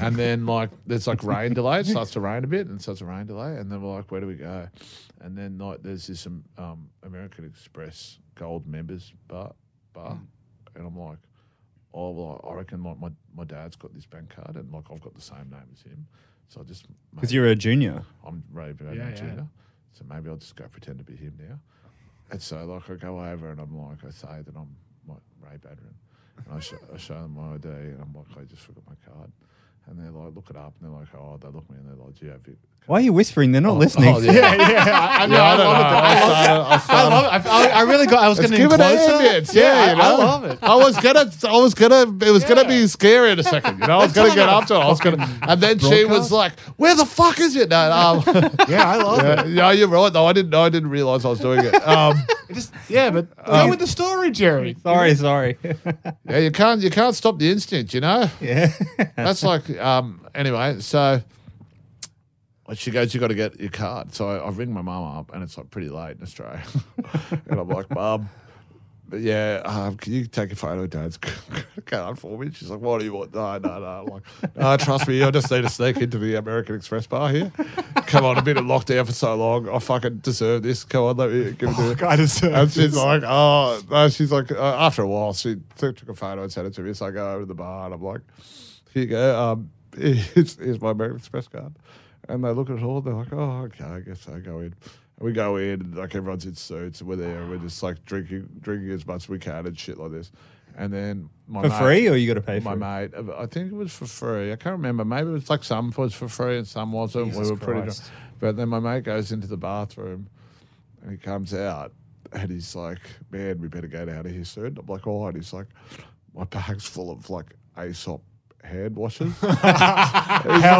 [SPEAKER 10] and then like there's like rain delay. It starts to rain a bit, and it starts to rain delay, and then we're like, where do we go? And then like there's this um, um, American Express Gold members bar, bar, and I'm like oh well, I reckon like my, my dad's got this bank card and like I've got the same name as him, so I just
[SPEAKER 8] Because you're a junior.
[SPEAKER 10] I'm Ray Bradbury
[SPEAKER 7] Yeah, yeah.
[SPEAKER 10] Jr. So maybe I'll just go pretend to be him now. And so like I go over and I'm like I say that I'm like Ray Badrin, and I, sh- I show them my ID and I'm like I just forgot my card, and they're like look it up and they're like oh they look at me and they're like do you have your
[SPEAKER 8] Why are you whispering? They're not listening.
[SPEAKER 10] Oh, yeah, yeah. I,
[SPEAKER 7] I don't know. I
[SPEAKER 10] love it. I love it.
[SPEAKER 7] I, I really got. I was
[SPEAKER 10] Let's give it an ambience. Yeah, you know? I love it. I was gonna, I was gonna, it was gonna be scary in a second. You know, I was gonna get up to it. I was gonna, and then she was like, "Where the fuck is it?" No, um, yeah, I love it. No, you're right. though. I didn't. I didn't realize I was doing it. Um,
[SPEAKER 7] Yeah, but
[SPEAKER 11] Um,
[SPEAKER 7] go with the story, Jerry.
[SPEAKER 8] Sorry, sorry.
[SPEAKER 10] yeah, you can't, you can't stop the instinct. You know.
[SPEAKER 8] yeah.
[SPEAKER 10] That's like um anyway, so and she goes, You gotta get your card. So I, I ring my mum up and it's like pretty late in Australia. and I'm like, Mum, but yeah, um, can you take a photo of dad's card for me? She's like, What do you want? No, no, no. I'm like, no, trust me, I just need to sneak into the American Express bar here. Come on, I've been in lockdown for so long. I fucking deserve this. Come on, let me give it to you.
[SPEAKER 7] I deserve
[SPEAKER 10] And she's like, oh, no, she's like, uh, after a while, she took, took a photo and sent it to me. So I go over to the bar and I'm like, here you go. Um, here's, here's my American Express card. And they look at it all. They're like, oh, okay, I guess I go in. And we go in, and like everyone's in suits, and we're there, and we're just like drinking, drinking as much as we can and shit like this. And then my
[SPEAKER 8] For
[SPEAKER 10] mate-
[SPEAKER 8] free or you got to pay for
[SPEAKER 10] my
[SPEAKER 8] it?
[SPEAKER 10] mate. I think it was for free. I can't remember. Maybe it was like some was for free and some wasn't. we
[SPEAKER 8] Jesus
[SPEAKER 10] were pretty drunk.
[SPEAKER 8] Christ.
[SPEAKER 10] But then my mate goes into the bathroom and he comes out and he's like, Man, we better get out of here soon. I'm like, All right. He's like, My bag's full of like Aesop hand washes. Hell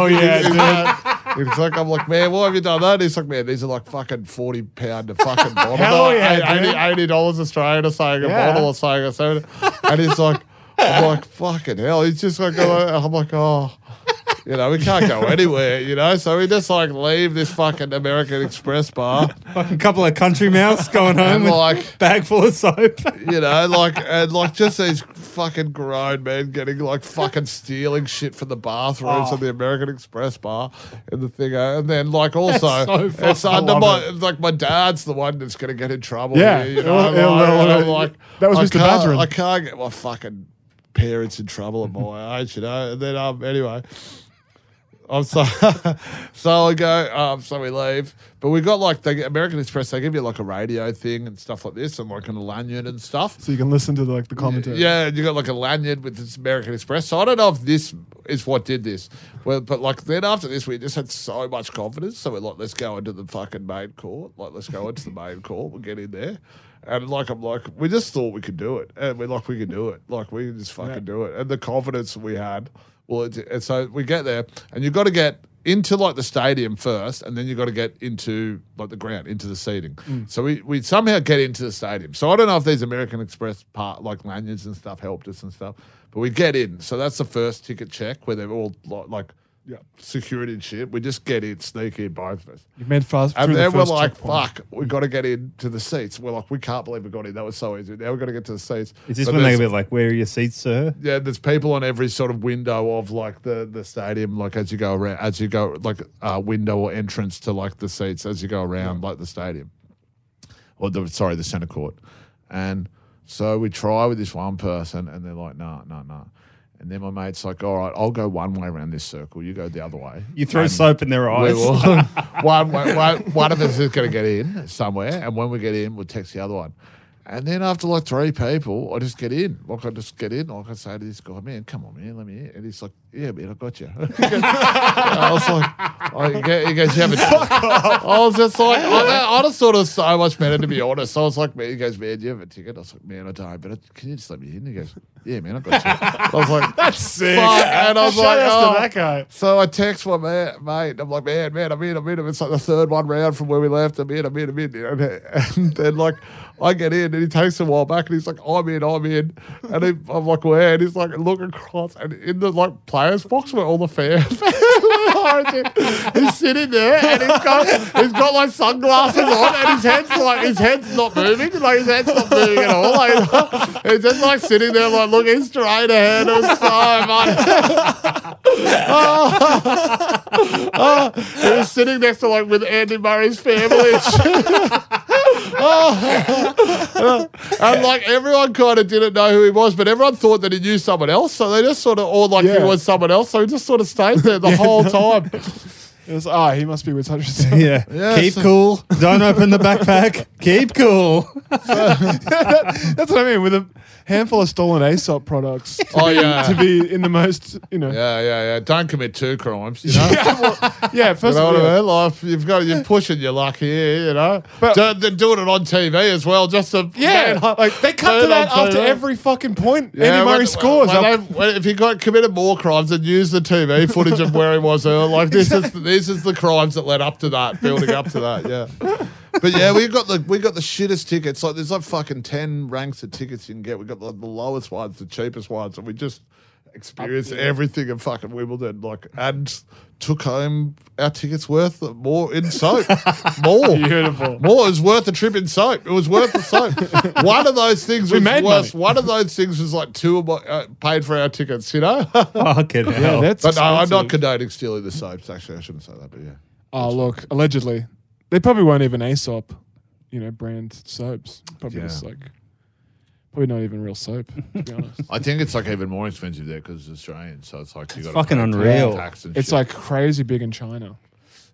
[SPEAKER 10] yeah, dude. He's like, I'm like, man, why have you done that? He's like, man, these are like fucking 40 pound a fucking bottle. Hell yeah, 80, dollars Australian or something, a bottle or something or something. And he's like, I'm like, fucking hell. He's just like, I'm like, oh. You know, we can't go anywhere, you know? So we just like leave this fucking American Express bar
[SPEAKER 8] Fucking couple of country mouse going
[SPEAKER 10] and
[SPEAKER 8] home with
[SPEAKER 10] like
[SPEAKER 8] bag full of soap.
[SPEAKER 10] you know, like and like just these fucking grown men getting like fucking stealing shit from the bathrooms of the American Express bar and the thing, uh, and then like also it's under my it's like my dad's the one that's gonna get in trouble.
[SPEAKER 7] Yeah.
[SPEAKER 10] here, you know,
[SPEAKER 7] Yeah, yeah,
[SPEAKER 10] like,
[SPEAKER 7] well,
[SPEAKER 10] and I'm
[SPEAKER 7] uh,
[SPEAKER 10] like,
[SPEAKER 7] that was
[SPEAKER 10] I
[SPEAKER 7] Mr.
[SPEAKER 10] can't-
[SPEAKER 7] Badgerin.
[SPEAKER 10] I can't get my fucking parents in trouble at my age, you know. And then um, anyway. I'm so so I go. Um, so we leave, but we got like the American Express. They give you like a radio thing and stuff like this, and like a lanyard and stuff.
[SPEAKER 11] so you can listen to like the commentary.
[SPEAKER 10] Yeah, and you got like a lanyard with this American Express. So I don't know if this is what did this. Well, but like then after this, we just had so much confidence. So we're like, let's go into the fucking main court. Like, let's go into the main court. We'll get in there. And like I'm like, we just thought we could do it, and we're like, we can do it. Like we can just fucking do it. And the confidence we had. Well, it, and so we get there, and you've got to get into like the stadium first, and then you got to get into like the ground, into the seating. So we, we somehow get into the stadium. So I don't know if these American Express part like lanyards and stuff helped us and stuff, but we get in. So that's the first ticket check where they're all like, like yeah, security and shit. We just get in, sneak in, both of us.
[SPEAKER 11] You've made fast.
[SPEAKER 10] And
[SPEAKER 11] through the
[SPEAKER 10] then we're
[SPEAKER 11] first
[SPEAKER 10] like,
[SPEAKER 11] checkpoint.
[SPEAKER 10] fuck, we got to get into the seats. We're like, we can't believe we got in. That was so easy. Now we got to get to the seats.
[SPEAKER 8] Is this
[SPEAKER 10] But
[SPEAKER 8] when they're
[SPEAKER 10] there's-
[SPEAKER 8] a bit like, where are your seats, sir?
[SPEAKER 10] yeah, there's people on every sort of window of like the the stadium, like as you go around, as you go like uh, window or entrance to like the seats as you go around, like the stadium, or the sorry, the center court, and so we try with this one person, and they're like, nah, nah, nah, and then my mate's like, all right, I'll go one way around this circle, you go the other way.
[SPEAKER 8] You throw soap in their
[SPEAKER 10] Um, We
[SPEAKER 8] eyes.
[SPEAKER 10] will. one, one- one- one of us is going to get in somewhere, and when we get in, we'll text the other one. And then after like three people, I just get in. Like I just get in. Like I say to this guy, man, come on, man, let me in. And he's like, yeah, man, I got you. I was like, oh, he go- he goes, you have a I was just like, I, I just thought it was so much better to be honest. I was like, man, he goes, man, do you have a ticket? I was like, man, I don't, but I, can you just let me in? He goes, yeah, man, I got you. I was like, that's sick. And I was
[SPEAKER 11] Shout
[SPEAKER 10] like,
[SPEAKER 11] outs to
[SPEAKER 10] oh.
[SPEAKER 11] that guy.
[SPEAKER 10] So I text my ma- mate. I'm like, man, man, I'm in, I'm in. It's like the third one round from where we left. I'm in, I'm in, I'm in. And, and then like, I get in, and he takes a while back, and he's like, I'm in, I'm in. And he, I'm like, where? And he's like, look across, and in the like players box where all the fans. he's sitting there, and he's got he's got like sunglasses on, and his head's like his head's not moving, like his head's not moving at all. Like, he's just like sitting there, like looking straight ahead. It was so funny. Oh, He was sitting next to like with Andy Murray's family. And, shit. Oh. and like everyone kind of didn't know who he was, but everyone thought that he knew someone else. So they just sort of all like he
[SPEAKER 11] Yeah.
[SPEAKER 10] was someone else. So he just sort of stayed there the whole time.
[SPEAKER 11] It was, ah, he must be with Hutchinson.
[SPEAKER 8] Yeah.
[SPEAKER 10] Yeah,
[SPEAKER 8] Keep
[SPEAKER 10] so-
[SPEAKER 8] cool. Don't open the backpack. Keep cool.
[SPEAKER 11] That's what I mean. With a handful of stolen ASOP products to,
[SPEAKER 10] Oh
[SPEAKER 11] to
[SPEAKER 10] yeah.
[SPEAKER 11] be in the most, you know. Yeah,
[SPEAKER 10] Yeah, yeah, yeah. Don't commit two crimes. You know, you
[SPEAKER 11] first
[SPEAKER 10] know
[SPEAKER 11] of
[SPEAKER 10] what
[SPEAKER 11] all,
[SPEAKER 10] I mean? Like, you've got you're pushing your luck here. You know,
[SPEAKER 11] But-
[SPEAKER 10] Do- they're doing it on TV as well. Just to
[SPEAKER 11] yeah,
[SPEAKER 10] Man,
[SPEAKER 11] like they cut to
[SPEAKER 10] man,
[SPEAKER 11] that
[SPEAKER 10] I'll
[SPEAKER 11] after
[SPEAKER 10] tell you.
[SPEAKER 11] every fucking point.
[SPEAKER 10] Yeah,
[SPEAKER 11] Andy
[SPEAKER 10] when-
[SPEAKER 11] Murray
[SPEAKER 10] when-
[SPEAKER 11] scores.
[SPEAKER 10] when
[SPEAKER 11] I'll-
[SPEAKER 10] they- when- if he got committed more crimes, then use the TV footage of where he was. earlier. Like this is this is the crimes that led up to that, building up to that. Yeah. But yeah, we got the we got the shittest tickets. Like there's like fucking ten ranks of tickets you can get. We got like the lowest ones, the cheapest ones, and we just experienced everything in fucking Wimbledon. Like and took home our tickets worth more in soap. More.
[SPEAKER 11] Beautiful.
[SPEAKER 10] More is worth the trip in soap. It was worth the soap. one of those things was
[SPEAKER 11] made
[SPEAKER 10] worth. One of those things was like two of my uh, paid for our tickets, you know. but
[SPEAKER 8] Fucking
[SPEAKER 11] yeah,
[SPEAKER 8] hell.
[SPEAKER 11] that's
[SPEAKER 10] no, I'm not
[SPEAKER 11] expensive.
[SPEAKER 10] condoning stealing the soaps. Actually, I shouldn't say that, but yeah.
[SPEAKER 11] Oh, look, allegedly. They probably weren't even Aesop, you know, brand soaps. Probably
[SPEAKER 10] Yeah.
[SPEAKER 11] just like, probably not even real soap, to be honest.
[SPEAKER 10] I think it's like even more expensive there because it's Australian, so it's like you got
[SPEAKER 8] fucking unreal.
[SPEAKER 10] Tax and
[SPEAKER 11] it's
[SPEAKER 10] shit.
[SPEAKER 11] like crazy big in China.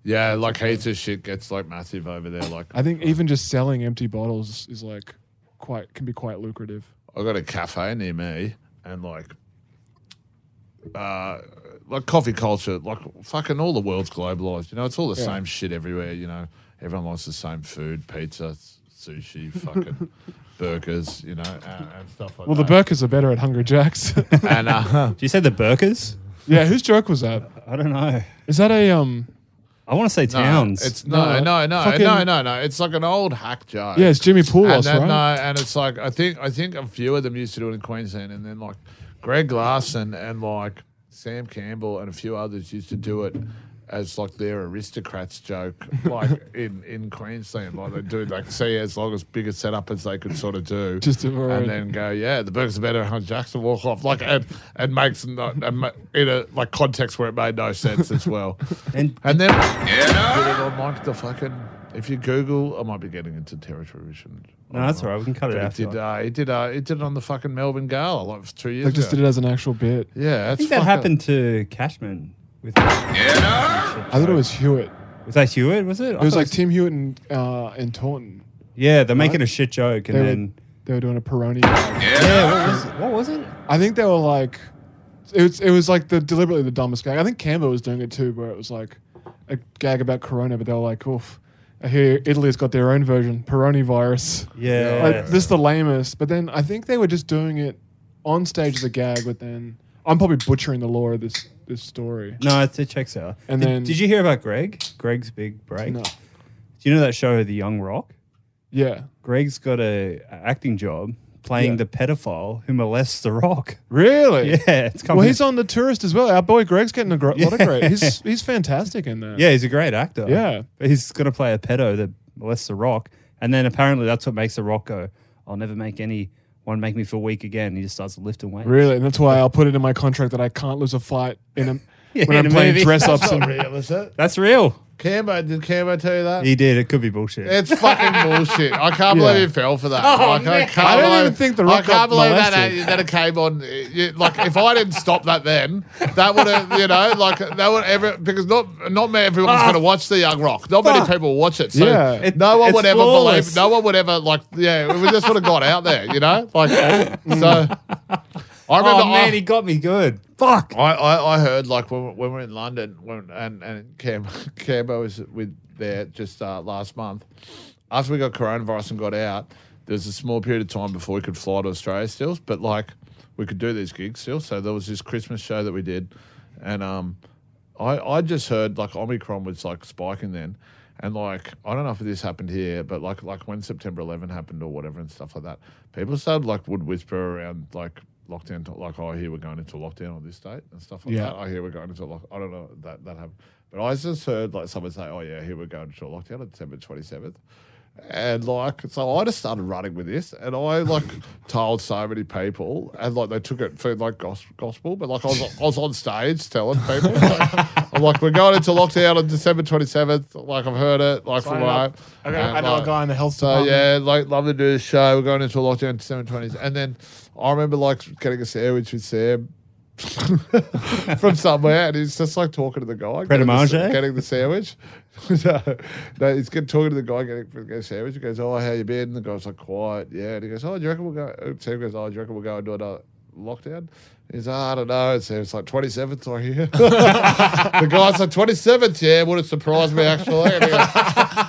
[SPEAKER 10] yeah, like heaps of shit gets like massive over there. Like
[SPEAKER 11] I think even just selling empty bottles is like quite, can be quite lucrative.
[SPEAKER 10] I got a cafe near me, and like, uh, like coffee culture, like fucking all the world's globalized. You know, it's all the
[SPEAKER 11] Yeah.
[SPEAKER 10] same shit everywhere. You know, everyone likes the same food, pizza, s- sushi, fucking burgers. You know, and, and stuff like
[SPEAKER 11] Well, the
[SPEAKER 10] that.
[SPEAKER 11] Burkers are better at Hungry Jack's.
[SPEAKER 10] and uh,
[SPEAKER 8] Did you say the Burkers?
[SPEAKER 11] yeah, whose joke was that?
[SPEAKER 8] I don't know.
[SPEAKER 11] Is that a, um,
[SPEAKER 8] I want to say towns.
[SPEAKER 10] it's no, no, no,
[SPEAKER 11] Fucking-
[SPEAKER 10] no, no, no. It's like an old hack joke.
[SPEAKER 11] yeah, it's Jimmy Poulos,
[SPEAKER 10] and then,
[SPEAKER 11] right?
[SPEAKER 10] No, and it's like I think I think a few of them used to do it in Queensland, and then like Greg Larson and like Sam Campbell and a few others used to do it as like their aristocrats joke, like in in Queensland, like they do like see as long as big a setup as they could sort of do,
[SPEAKER 11] Just to-
[SPEAKER 10] and then go yeah, the burgers are better. Hunt Jackson walk off like and and makes no, and ma- in a like context where it made no sense as well,
[SPEAKER 8] And-
[SPEAKER 10] and then did it on like the fucking. If you Google, I might be getting into territory we shouldn't.
[SPEAKER 8] no, that's all right. We can cut it
[SPEAKER 10] It
[SPEAKER 8] out.
[SPEAKER 10] did, uh, it did. Uh, it did it on the fucking Melbourne Gala like two years
[SPEAKER 11] Like, just
[SPEAKER 10] ago.
[SPEAKER 11] did it as an actual bit.
[SPEAKER 10] Yeah,
[SPEAKER 8] I think that happened to Cashman. With,
[SPEAKER 11] I thought it was Hewitt.
[SPEAKER 8] was that Hewitt? Was it?
[SPEAKER 11] It was like Tim Hewitt and uh, and Taunton.
[SPEAKER 8] yeah, they're making a shit joke, and
[SPEAKER 11] They
[SPEAKER 8] then
[SPEAKER 11] were they were doing a Peroni.
[SPEAKER 8] yeah, what was it? What was it?
[SPEAKER 11] I think they were like, it was it was like the deliberately the dumbest gag. I think Canva was doing it too, where it was like a gag about Corona, but they were like, oof. I hear Italy's got their own version, Peroni virus.
[SPEAKER 8] Yeah,
[SPEAKER 11] Like, this is the lamest. But then I think they were just doing it on stage as a gag. But then I'm probably butchering the lore of this this story.
[SPEAKER 8] No, it, it checks out.
[SPEAKER 11] And
[SPEAKER 8] did,
[SPEAKER 11] then-
[SPEAKER 8] did you hear about Greg? Greg's big break.
[SPEAKER 11] No.
[SPEAKER 8] Do you know that show, The Young Rock?
[SPEAKER 11] Yeah.
[SPEAKER 8] Greg's got a, a acting job playing
[SPEAKER 11] Yeah.
[SPEAKER 8] the pedophile who molests the Rock.
[SPEAKER 11] Really?
[SPEAKER 8] Yeah, it's coming.
[SPEAKER 11] Well, he's on the tourist as well. Our boy Greg's getting a gr- lot of great.
[SPEAKER 8] Yeah.
[SPEAKER 11] He's he's fantastic in that.
[SPEAKER 8] yeah, he's a great actor.
[SPEAKER 11] Yeah.
[SPEAKER 8] but he's gonna play a pedo that molests the Rock, and then apparently that's what makes the Rock go, "I'll never make any one make me feel weak again." He just starts lifting weights.
[SPEAKER 11] Really, and that's why I'll put it in my contract that I can't lose a fight in a,
[SPEAKER 8] Yeah,
[SPEAKER 11] when
[SPEAKER 8] in
[SPEAKER 11] I'm
[SPEAKER 8] a
[SPEAKER 11] playing
[SPEAKER 8] movie.
[SPEAKER 11] dress ups.
[SPEAKER 10] That's not
[SPEAKER 11] and
[SPEAKER 10] real, is it?
[SPEAKER 8] That's real.
[SPEAKER 10] Cambo, did Cambo tell you that?
[SPEAKER 8] He did. It could be bullshit.
[SPEAKER 10] It's fucking bullshit. I can't
[SPEAKER 11] Yeah.
[SPEAKER 10] believe he fell for that.
[SPEAKER 8] Oh,
[SPEAKER 10] like, I, can't
[SPEAKER 11] I don't
[SPEAKER 10] believe-
[SPEAKER 11] even think The
[SPEAKER 10] I
[SPEAKER 11] Rock
[SPEAKER 10] can't
[SPEAKER 11] got
[SPEAKER 10] believe that,
[SPEAKER 11] molested.
[SPEAKER 10] that it came on. you- Like, if I didn't stop that then, that would have, you know, like, that would ever, because not not everyone's going to watch The Young Rock. Not many people watch it. So
[SPEAKER 11] Yeah.
[SPEAKER 8] Ah. It-
[SPEAKER 10] no one
[SPEAKER 8] it's
[SPEAKER 10] would ever
[SPEAKER 8] flawless.
[SPEAKER 10] believe, no one would ever, like, yeah, we just would have got out there, you know? Like, so. I remember
[SPEAKER 8] oh man,
[SPEAKER 10] I,
[SPEAKER 8] he got me good. Fuck.
[SPEAKER 10] I, I, I heard like when, we- when we were in London when and and Cam Cambo was with there just uh, last month after we got coronavirus and got out. There was a small period of time before we could fly to Australia still, but like we could do these gigs still. So there was this Christmas show that we did, and um, I I just heard like Omicron was like spiking then. And like I don't know if this happened here, but like like when September 11 happened or whatever and stuff like that, people started like would whisper around like lockdown, to, like oh here we're going into lockdown on this date and stuff like
[SPEAKER 11] Yeah.
[SPEAKER 10] that. Oh here we're going into lock. I don't know that that happened, but I just heard like someone say oh yeah here we're going into a lockdown on December 27th, and like so I just started running with this, and I like told so many people, and like they took it for like gos- gospel, but like I was I was on stage telling people. like, I'm like, we're going into lockdown on December 27th. Like, I've heard it. Like,
[SPEAKER 11] Sign
[SPEAKER 10] from my,
[SPEAKER 11] up. I know- I know a guy in the health
[SPEAKER 10] so,
[SPEAKER 11] department.
[SPEAKER 10] yeah, yeah, like love to do this show. We're going into a lockdown December twenties, and then I remember like getting a sandwich with Sam from somewhere, and he's just like talking to the guy,
[SPEAKER 8] Pret a
[SPEAKER 10] getting the,
[SPEAKER 8] manger?
[SPEAKER 10] getting the sandwich. no, no, he's good talking to the guy getting, getting a sandwich. He goes, "Oh, how you been?" And the guy's like, "Quiet." Yeah, and he goes, "Oh, do you reckon we'll go?" and Sam goes, "Oh, do you reckon we'll go into another lockdown?" He's, oh, I don't know. And Sam's like, 27th, I hear. the guy's like, 27th, yeah, wouldn't surprise me, actually. And he goes,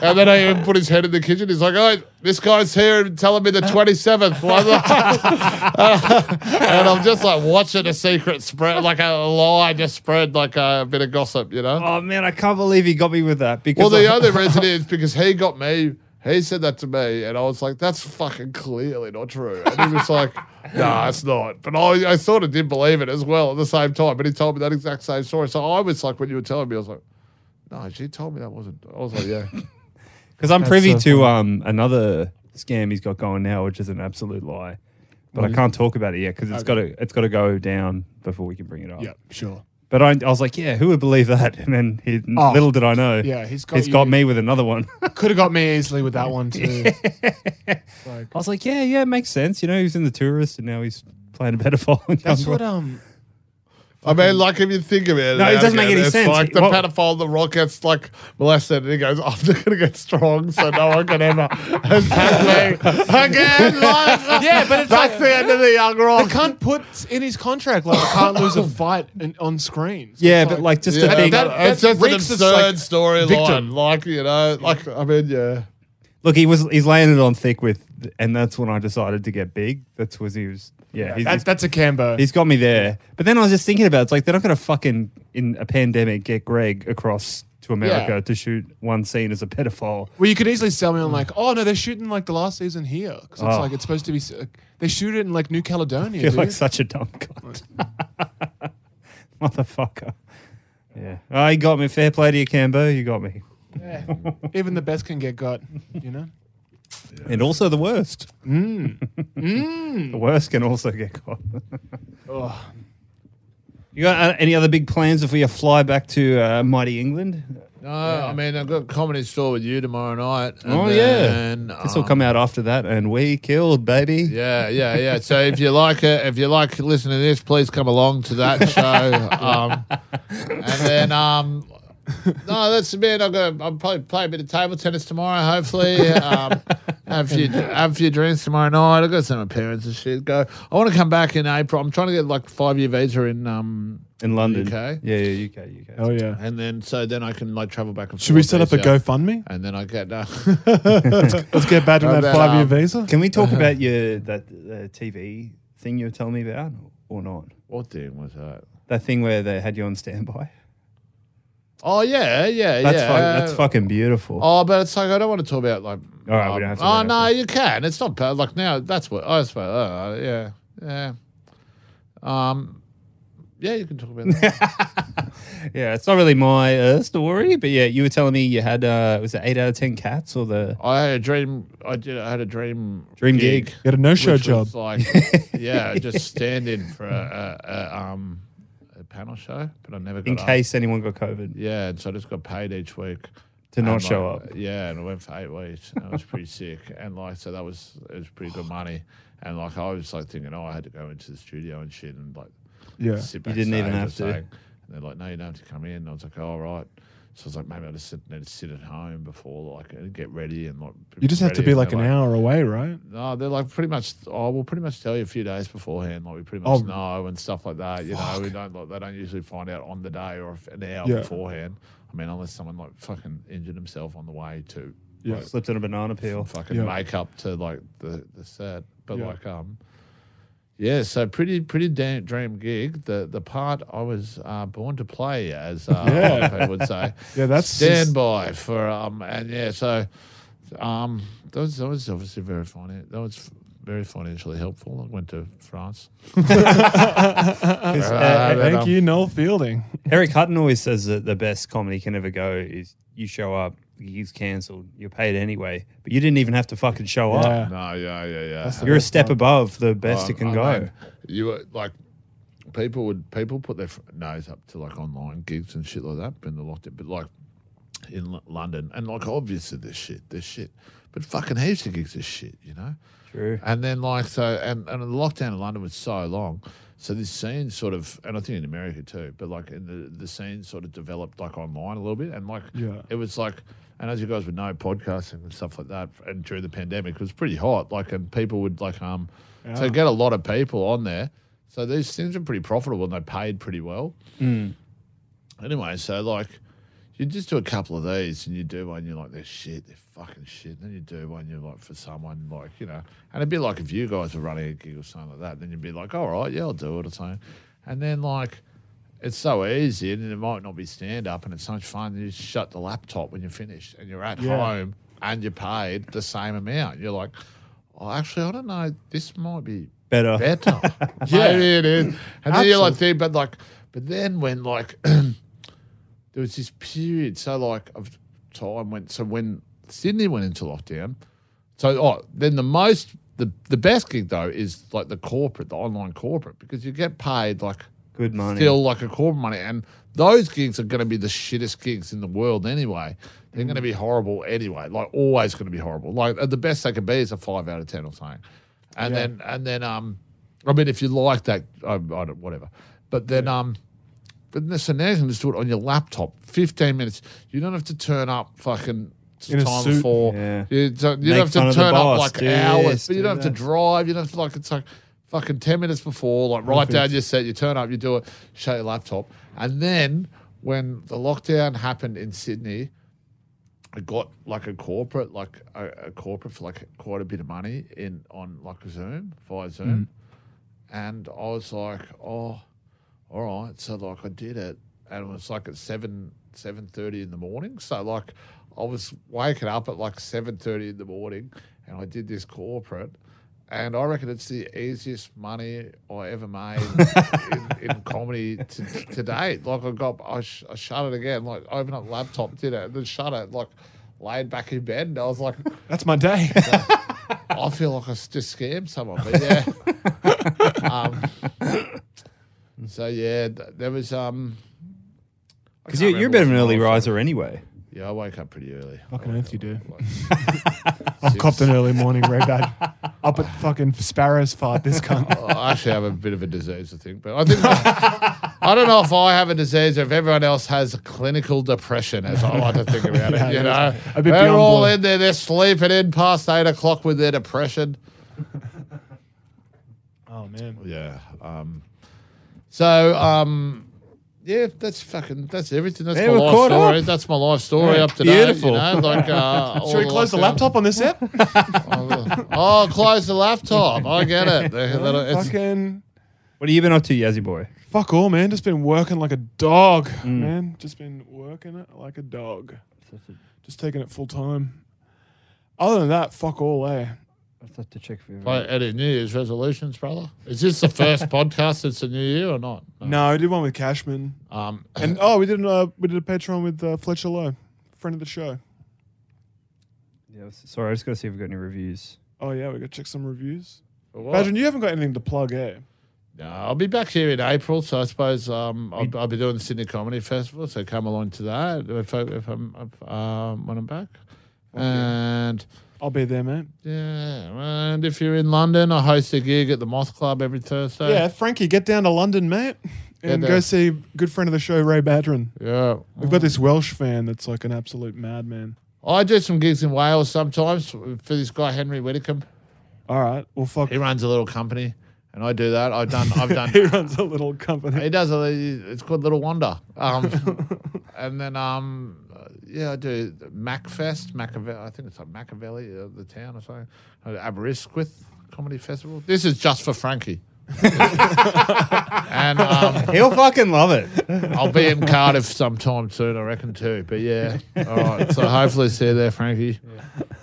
[SPEAKER 10] and then I even put his head in the kitchen. He's like, oh, this guy's here and telling me the 27th. Why the- and I'm just like watching a secret spread, like a lie just spread, like a bit of gossip, you know?
[SPEAKER 8] Oh man, I can't believe he got me with that.
[SPEAKER 10] well,
[SPEAKER 8] Because
[SPEAKER 10] the
[SPEAKER 8] I-
[SPEAKER 10] other reason is because he got me, he said that to me, and I was like, that's fucking clearly not true. And he was like, nah, it's not. But I, I sort of did believe it as well at the same time. But he told me that exact same story. So I was like, when you were telling me, I was like, no, she told me that wasn't. I was like, yeah.
[SPEAKER 8] Because I'm privy
[SPEAKER 11] so
[SPEAKER 8] to um, another scam he's got going now, which is an absolute lie. But I can't talk about it yet because it's got to it's got to go down before we can bring it up.
[SPEAKER 11] yeah, sure.
[SPEAKER 8] But I, I was like, yeah, who would believe that? And then he,
[SPEAKER 11] Oh.
[SPEAKER 8] little did I know,
[SPEAKER 11] Yeah, he's got
[SPEAKER 8] he's got
[SPEAKER 11] you.
[SPEAKER 8] me with another one. I
[SPEAKER 11] Could have got me easily with that one too. like,
[SPEAKER 8] was like, yeah, yeah, it makes sense. You know, he was in the tourist, and now he's playing a pedophile.
[SPEAKER 11] that's what um.
[SPEAKER 10] I mean, like if you think about it,
[SPEAKER 8] No, it doesn't make
[SPEAKER 10] again,
[SPEAKER 8] any
[SPEAKER 10] it's
[SPEAKER 8] sense.
[SPEAKER 10] Like the
[SPEAKER 8] What-
[SPEAKER 10] pedophile, the rock gets like molested, and he goes, "I'm not gonna get strong, so no one can ever attack me again." Like,
[SPEAKER 11] Yeah, but it's
[SPEAKER 10] that's the end of the young
[SPEAKER 11] the
[SPEAKER 10] rock.
[SPEAKER 11] cunt puts in his contract like I can't lose a fight in, on screen. So
[SPEAKER 8] yeah,
[SPEAKER 11] it's
[SPEAKER 8] but
[SPEAKER 11] like-
[SPEAKER 8] like just
[SPEAKER 10] Yeah,
[SPEAKER 8] a big.
[SPEAKER 10] that-
[SPEAKER 11] that-
[SPEAKER 10] it's just an
[SPEAKER 11] reeks of,
[SPEAKER 10] absurd
[SPEAKER 11] like,
[SPEAKER 10] storyline.
[SPEAKER 11] victim.
[SPEAKER 10] Like you know, like I mean, yeah.
[SPEAKER 8] Look, he was he's laying it on thick with, and that's when I decided to get big. That's was he was yeah. he's-
[SPEAKER 11] that's that's a Cambo.
[SPEAKER 8] He's got me there. But then I was just thinking about it. it's like they're not going to fucking in a pandemic get Greg across to America
[SPEAKER 11] Yeah.
[SPEAKER 8] to shoot one scene as a pedophile.
[SPEAKER 11] Well, you could easily sell
[SPEAKER 7] Hmm.
[SPEAKER 11] me on like, oh no, they're shooting like the last season here because it's
[SPEAKER 8] Oh.
[SPEAKER 11] like it's supposed to be. s- uh, They shoot it in like New Caledonia.
[SPEAKER 8] I feel
[SPEAKER 11] dude.
[SPEAKER 8] like such a dumb cunt. Motherfucker. Yeah. Oh, you got me. Fair play to you, Cambo. You got me.
[SPEAKER 11] Even the best can get got, you know.
[SPEAKER 8] And also the worst. the worst can also get caught. You got uh, any other big plans if we fly back to uh, mighty England?
[SPEAKER 10] No, I mean I've got a comedy store with you tomorrow night. And
[SPEAKER 8] Oh,
[SPEAKER 10] then,
[SPEAKER 8] yeah. This will
[SPEAKER 10] um,
[SPEAKER 8] come out after that. And we killed, baby.
[SPEAKER 10] Yeah, yeah, yeah. So if you like it, if you like listening to this, please come along to that show. Um, and then, um, no, that's about. I'm gonna I'll probably play a bit of table tennis tomorrow. Hopefully, um, have a few have a few drinks tomorrow night. I've got some appearance and shit. Go. I want to come back in April. I'm trying to get like five year visa in. Um,
[SPEAKER 8] In London.
[SPEAKER 10] UK?
[SPEAKER 8] Yeah, yeah, UK, UK.
[SPEAKER 7] Oh yeah.
[SPEAKER 10] and then so then I can like travel back and.
[SPEAKER 7] Should we
[SPEAKER 10] forth
[SPEAKER 7] set up a
[SPEAKER 10] easier.
[SPEAKER 7] GoFundMe?
[SPEAKER 10] And then I get uh,
[SPEAKER 7] Let's get back to
[SPEAKER 10] How
[SPEAKER 7] that
[SPEAKER 10] about,
[SPEAKER 7] five year
[SPEAKER 10] um,
[SPEAKER 7] visa.
[SPEAKER 8] Can we talk about your that uh, TV thing you were telling me about or not?
[SPEAKER 10] what thing was that?
[SPEAKER 8] That thing where they had you on standby?
[SPEAKER 10] Oh yeah, yeah,
[SPEAKER 8] That's,
[SPEAKER 10] yeah.
[SPEAKER 8] fuck- that's fucking beautiful.
[SPEAKER 10] Oh, but it's like I don't want to talk about like.
[SPEAKER 8] All right, we don't have to
[SPEAKER 10] oh
[SPEAKER 8] do that.
[SPEAKER 10] no, you can. It's not bad. Like now, that's what I suppose. Uh, yeah, yeah. Um, yeah, you can talk about that.
[SPEAKER 8] Yeah, it's not really my uh, story, but yeah, you were telling me you had uh, was it eight out of ten cats or the
[SPEAKER 10] I had a dream. I did. I had a dream.
[SPEAKER 8] dream gig?
[SPEAKER 7] Get a no show
[SPEAKER 10] which
[SPEAKER 7] job.
[SPEAKER 10] was like, yeah, just stand in for a, a, a um a panel show, but I never got
[SPEAKER 8] In
[SPEAKER 10] up.
[SPEAKER 8] case anyone got COVID
[SPEAKER 10] Yeah, and so I just got paid each week.
[SPEAKER 8] to not
[SPEAKER 10] And,
[SPEAKER 8] show
[SPEAKER 10] like, uh,
[SPEAKER 8] up.
[SPEAKER 10] Yeah, and I went for eight weeks. And I was pretty sick, and like so that was it was pretty good money. And like I was like thinking, oh, I had to go into the studio and shit, and like
[SPEAKER 7] Yeah.
[SPEAKER 10] sit
[SPEAKER 8] You didn't even
[SPEAKER 10] backstage or
[SPEAKER 8] have to.
[SPEAKER 10] something. And they're like, no, you don't have to come in. And I was like, oh, all right. So I was like, maybe I'll just sit, then sit at home before like and get ready and like.
[SPEAKER 7] You just have to
[SPEAKER 10] ready."
[SPEAKER 7] be
[SPEAKER 10] And
[SPEAKER 7] like
[SPEAKER 10] they're
[SPEAKER 7] an hour away, right?
[SPEAKER 10] No, they're like pretty much. Oh, we'll pretty much tell you a few days beforehand. Like we pretty
[SPEAKER 7] Oh,
[SPEAKER 10] much know and stuff like that. You know, we don't like they don't usually find out on the day or if- an hour
[SPEAKER 7] Yeah.
[SPEAKER 10] beforehand. I mean, unless someone like fucking injured himself on the way to
[SPEAKER 7] Yeah.
[SPEAKER 8] Slipped in a banana peel.
[SPEAKER 10] fucking
[SPEAKER 7] Yeah.
[SPEAKER 10] make up to like the the set. But
[SPEAKER 7] Yeah.
[SPEAKER 10] like um, yeah. So pretty pretty damn dream gig. The the part I was uh, born to play, as uh,
[SPEAKER 7] Yeah.
[SPEAKER 10] people would say.
[SPEAKER 7] Yeah, that's
[SPEAKER 10] stand by for um and yeah. So um, that was that was obviously very funny. That was. f- Very financially helpful. I went to France.
[SPEAKER 8] 'Cause,
[SPEAKER 10] Uh,
[SPEAKER 8] uh,
[SPEAKER 10] but,
[SPEAKER 7] Thank
[SPEAKER 10] um,
[SPEAKER 7] you, Noel Fielding.
[SPEAKER 8] Eric Hutton always says that the best comedy can ever go is you show up, he's cancelled, you're paid anyway, but you didn't even have to fucking show up.
[SPEAKER 7] Yeah.
[SPEAKER 10] No, yeah, yeah, yeah.
[SPEAKER 8] You're a step above the best it
[SPEAKER 10] Um,
[SPEAKER 8] can
[SPEAKER 10] I
[SPEAKER 8] go.
[SPEAKER 10] mean, you were like, people would people put their fr- nose up to like online gigs and shit like that when they're locked in, but like in L- London and like obviously this shit, this shit, but fucking heaps of gigs is shit, you know.
[SPEAKER 8] True.
[SPEAKER 10] And then like so, and and the lockdown in London was so long. So this scene sort of, and I think in America too, but like in the the scene sort of developed like online a little bit, and like
[SPEAKER 7] Yeah.
[SPEAKER 10] it was like, and as you guys would know, podcasting and stuff like that, and during the pandemic it was pretty hot. Like, and people would like um, so get a lot of people on there. So these things are pretty profitable and they paid pretty well. Anyway, so like you just do a couple of these and you do one, you're like, they're shit, they're fucking shit. And then you do one, you're like, for someone, like, you know, and it'd be like if you guys were running a gig or something like that, then you'd be like, all right, yeah, I'll do it or something. And then, like, it's so easy and it might not be stand up and it's so much fun. You just shut the laptop when you're finished and you're at home and you're paid the same amount. You're like, oh, actually, I don't know, this might be
[SPEAKER 8] Better.
[SPEAKER 10] better. Maybe it is. And then you're like, think, but like, but then when like there was this period, so like of time when, so when Sydney went into lockdown, so oh, then the most, the the best gig though is like the corporate, the online corporate, because you get paid like
[SPEAKER 8] Good money.
[SPEAKER 10] still like a corporate money, and those gigs are going to be the shittest gigs in the world anyway. They're going to be horrible anyway, like always going to be horrible. Like uh, the best they can be is a five out of ten or something, and then and then um, I mean if you like that, I, I don't whatever, but then um. But the Sinead can just do it on your laptop. 15 minutes. You don't have to turn up fucking to
[SPEAKER 7] In a
[SPEAKER 10] time
[SPEAKER 7] suit.
[SPEAKER 10] before.
[SPEAKER 8] Yeah.
[SPEAKER 10] You don't, you
[SPEAKER 8] Make
[SPEAKER 10] don't have
[SPEAKER 8] fun
[SPEAKER 10] to
[SPEAKER 8] of the
[SPEAKER 10] turn up
[SPEAKER 8] boss.
[SPEAKER 10] like
[SPEAKER 8] Do
[SPEAKER 10] hours.
[SPEAKER 8] this,
[SPEAKER 10] But you
[SPEAKER 8] do
[SPEAKER 10] don't have to
[SPEAKER 8] that.
[SPEAKER 10] drive. You don't have to, like, it's like fucking 10 minutes before, like, write down your set, you turn up, you do it, show your laptop. And then when the lockdown happened in Sydney, I got like a corporate, like a, a corporate for like quite a bit of money in on like Zoom via Zoom,
[SPEAKER 8] Mm.
[SPEAKER 10] and I was like, oh, all right. So like I did it, and it was like at seven seven thirty in the morning. So like I was waking up at like seven thirty in the morning, and I did this corporate. And I reckon it's the easiest money I ever made in, in comedy to, to date. Like I got, I, sh- I shut it again. Like I opened up laptop, did it, and then shut it. Like laid back in bed, and I was like,
[SPEAKER 7] That's my day.
[SPEAKER 10] I feel like I s- just scammed someone, but yeah. um, so yeah, th- there was um,
[SPEAKER 8] Because you're, you're a bit of an early riser anyway.
[SPEAKER 10] Yeah, I wake up pretty early.
[SPEAKER 11] Fucking earth you do.
[SPEAKER 10] Like,
[SPEAKER 11] I've copped an early morning very bad. Up at fucking sparrows fart this cunt.
[SPEAKER 10] I actually have a bit of a disease, I think, but I think I don't know if I have a disease or if everyone else has clinical depression, as I like to think about it. You know,
[SPEAKER 11] a bit
[SPEAKER 10] they're
[SPEAKER 11] beyond
[SPEAKER 10] all
[SPEAKER 11] blue.
[SPEAKER 10] in there, they're sleeping in past eight o'clock with their depression.
[SPEAKER 11] Oh man.
[SPEAKER 10] Yeah. Um, so, um, yeah, that's fucking. That's everything. That's
[SPEAKER 8] Yeah,
[SPEAKER 10] my
[SPEAKER 8] we're
[SPEAKER 10] life
[SPEAKER 8] caught
[SPEAKER 10] story.
[SPEAKER 8] up.
[SPEAKER 10] That's my life story
[SPEAKER 8] Yeah,
[SPEAKER 10] up to date.
[SPEAKER 8] beautiful.
[SPEAKER 10] You know, like, uh, all
[SPEAKER 11] Should we close the
[SPEAKER 10] lockdown-
[SPEAKER 11] laptop on this app?
[SPEAKER 10] Oh, close the laptop. I get it. That'll- it's-
[SPEAKER 11] fucking
[SPEAKER 8] What have you been up to, Yazzie boy?
[SPEAKER 11] fuck all, man. Just been working like a dog, man. Just been working it like a dog. Just taking it full time. Other than that, fuck all, eh?
[SPEAKER 3] I'll have to check for you.
[SPEAKER 10] Like any New Year's resolutions, brother? Is this the first podcast that's a new year or not?
[SPEAKER 11] No, I did one with Cashman,
[SPEAKER 10] Um,
[SPEAKER 11] and oh, we did uh, we did a Patreon with uh, Fletcher Lowe, friend of the show.
[SPEAKER 3] Yeah, s- sorry, I just got to see if we've got any reviews.
[SPEAKER 11] Oh yeah, we got to check some reviews.
[SPEAKER 10] what?
[SPEAKER 11] Badger, you haven't got anything to plug, eh?
[SPEAKER 10] No, I'll be back here in April, so I suppose um, I'll, I'll be doing the Sydney Comedy Festival. So come along to that if, I, if I'm if, um, when I'm back. And
[SPEAKER 11] I'll be there, man.
[SPEAKER 10] yeah, and if you're in London, I host a gig at the Moth Club every Thursday.
[SPEAKER 11] Yeah, Frankie, get down to London, mate, and
[SPEAKER 10] Get
[SPEAKER 11] go
[SPEAKER 10] down.
[SPEAKER 11] see good friend of the show, Ray Badron.
[SPEAKER 10] yeah.
[SPEAKER 11] We've got this Welsh fan that's like an absolute madman.
[SPEAKER 10] I do some gigs in Wales sometimes for this guy Henry Whittacombe.
[SPEAKER 11] All right, well, fuck.
[SPEAKER 10] He runs a little company, and I do that. I've done. I've done.
[SPEAKER 11] He runs a little company.
[SPEAKER 10] He does. A, it's called Little Wonder. Um, and then, um, uh, yeah, I do Macfest, Machiavelli. I think it's like Machiavelli, uh, the town or something. Uh, Aberystwyth Comedy Festival. This is just for Frankie. and um,
[SPEAKER 8] He'll fucking love it.
[SPEAKER 10] I'll be in Cardiff sometime soon, I reckon too. But yeah, all right. So hopefully see you there, Frankie.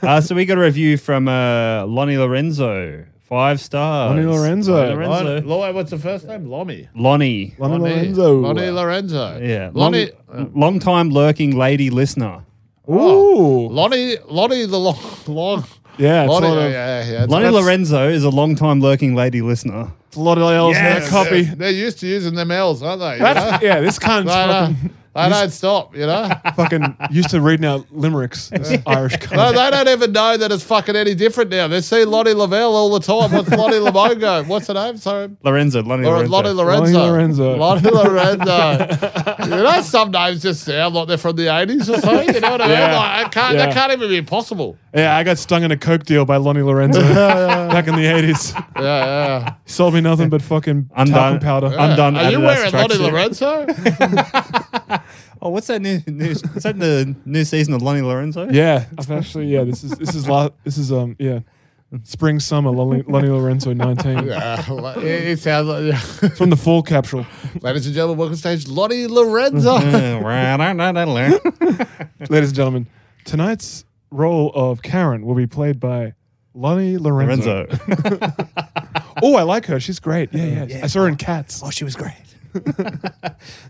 [SPEAKER 8] Uh, so we got a review from uh, Lonnie Lorenzo. Five stars.
[SPEAKER 11] Lonnie Lorenzo.
[SPEAKER 8] Lonnie
[SPEAKER 10] Lon-
[SPEAKER 8] Lorenzo.
[SPEAKER 10] Lo- what's the first name? Lommy.
[SPEAKER 8] Lonnie.
[SPEAKER 11] Lonnie
[SPEAKER 10] Lonnie.
[SPEAKER 11] Lorenzo.
[SPEAKER 10] Lonnie Lorenzo.
[SPEAKER 8] Yeah.
[SPEAKER 10] Lonnie.
[SPEAKER 8] Long, long time lurking lady listener.
[SPEAKER 11] Ooh.
[SPEAKER 10] Oh. Lonnie. Lonnie the long. long
[SPEAKER 11] yeah, it's
[SPEAKER 10] Lonnie,
[SPEAKER 11] a lot of,
[SPEAKER 10] yeah, yeah, yeah.
[SPEAKER 8] Lonnie
[SPEAKER 10] That's-
[SPEAKER 8] Lorenzo is a long time lurking lady listener.
[SPEAKER 11] it's a lot of L's
[SPEAKER 8] Yes.
[SPEAKER 11] in that copy.
[SPEAKER 10] They're, they're used to using them L's, aren't they? you
[SPEAKER 11] That's,
[SPEAKER 10] know?
[SPEAKER 11] yeah, this cunt's
[SPEAKER 10] They don't-
[SPEAKER 11] fucking,
[SPEAKER 10] They don't stop, you know?
[SPEAKER 11] fucking used to reading out limericks. This Irish
[SPEAKER 10] No,
[SPEAKER 11] cunt.
[SPEAKER 10] they don't even know that it's fucking any different now. They see Lottie Lavelle all the time. What's Lottie Lamongo? What's her name? Sorry.
[SPEAKER 8] Lorenzo. Lonnie
[SPEAKER 10] Lor-
[SPEAKER 8] Lorenzo.
[SPEAKER 10] Lottie Lorenzo.
[SPEAKER 11] Lottie Lorenzo.
[SPEAKER 10] Lottie Lorenzo. you know, some names just sound like they're from the 80s or something. You know what I mean?
[SPEAKER 11] Yeah.
[SPEAKER 10] Like, it can't,
[SPEAKER 11] Yeah.
[SPEAKER 10] That can't even be possible.
[SPEAKER 11] Yeah, I got stung in a coke deal by Lonnie Lorenzo back in the eighties.
[SPEAKER 10] Yeah, yeah.
[SPEAKER 11] Sold me nothing but fucking talcum
[SPEAKER 8] Undone.
[SPEAKER 11] powder.
[SPEAKER 8] Yeah. Undone
[SPEAKER 10] Are you
[SPEAKER 8] Adidas
[SPEAKER 10] wearing Lottie
[SPEAKER 8] tracksuit.
[SPEAKER 10] Lorenzo?
[SPEAKER 8] Oh, what's that new new? is that the new season of Lonnie Lorenzo?
[SPEAKER 11] Yeah, I've actually yeah. This is this is la- this is um yeah, spring summer Lonnie, Lonnie Lorenzo nineteen
[SPEAKER 10] yeah. It it sounds like.
[SPEAKER 11] from the fall capsule.
[SPEAKER 10] Ladies and gentlemen, welcome to stage Lottie Lorenzo.
[SPEAKER 8] Oh, That's
[SPEAKER 11] Ladies and gentlemen, tonight's role of Karen will be played by Lonnie Lorenzo.
[SPEAKER 8] Lorenzo.
[SPEAKER 11] Oh, I like her. She's great. Yeah, yeah. I saw her in Cats.
[SPEAKER 8] she was great. so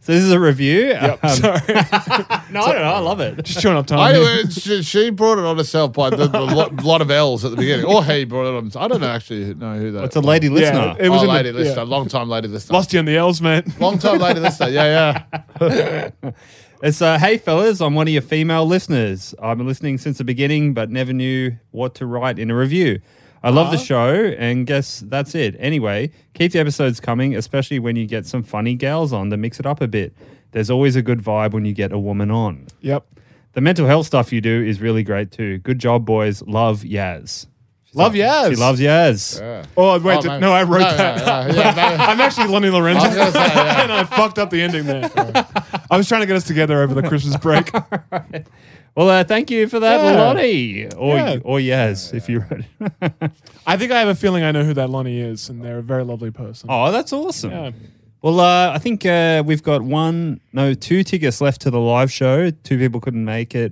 [SPEAKER 8] this is a review. Um,
[SPEAKER 11] Sorry,
[SPEAKER 8] no, I don't know. I love it.
[SPEAKER 11] just chewing up time.
[SPEAKER 10] I,
[SPEAKER 11] here.
[SPEAKER 10] uh, she, she brought it on herself by the, the lot, lot of L's at the beginning, or he brought it on. I don't know actually know who that.
[SPEAKER 8] It's a lady
[SPEAKER 11] yeah,
[SPEAKER 8] listener.
[SPEAKER 11] it was
[SPEAKER 10] oh,
[SPEAKER 11] in
[SPEAKER 10] lady
[SPEAKER 11] the,
[SPEAKER 10] listener,
[SPEAKER 11] yeah.
[SPEAKER 10] long time lady listener,
[SPEAKER 11] Lost you in the L's, mate.
[SPEAKER 10] long time lady listener. Yeah, yeah.
[SPEAKER 8] It's uh, hey fellas, I'm one of your female listeners. I've been listening since the beginning, but never knew what to write in a review. I love
[SPEAKER 11] Uh-huh.
[SPEAKER 8] the show, and guess that's it. Anyway, keep the episodes coming, especially when you get some funny gals on to mix it up a bit. There's always a good vibe when you get a woman on.
[SPEAKER 11] Yep.
[SPEAKER 8] The mental health stuff you do is really great too. Good job, boys. Love Yaz.
[SPEAKER 11] Love Yaz.
[SPEAKER 8] She loves Yaz.
[SPEAKER 11] Oh wait, did-
[SPEAKER 10] man.
[SPEAKER 11] no, I wrote
[SPEAKER 10] No, no,
[SPEAKER 11] that.
[SPEAKER 10] no, yeah, no.
[SPEAKER 11] I'm actually Lonnie Lorenzo,
[SPEAKER 10] I was gonna say, yeah.
[SPEAKER 11] and I fucked up the ending there. I was trying to get us together over the Christmas break.
[SPEAKER 8] Well, uh, thank you for that,
[SPEAKER 11] Yeah.
[SPEAKER 8] Lottie, or
[SPEAKER 11] Yeah.
[SPEAKER 8] or Yaz, if you wrote. it.
[SPEAKER 11] I think I have a feeling I know who that Lonnie is, and they're a very lovely person.
[SPEAKER 8] oh, that's awesome.
[SPEAKER 11] Yeah.
[SPEAKER 8] Well, uh, I think uh, we've got one, no, two tickets left to the live show. Two people couldn't make it.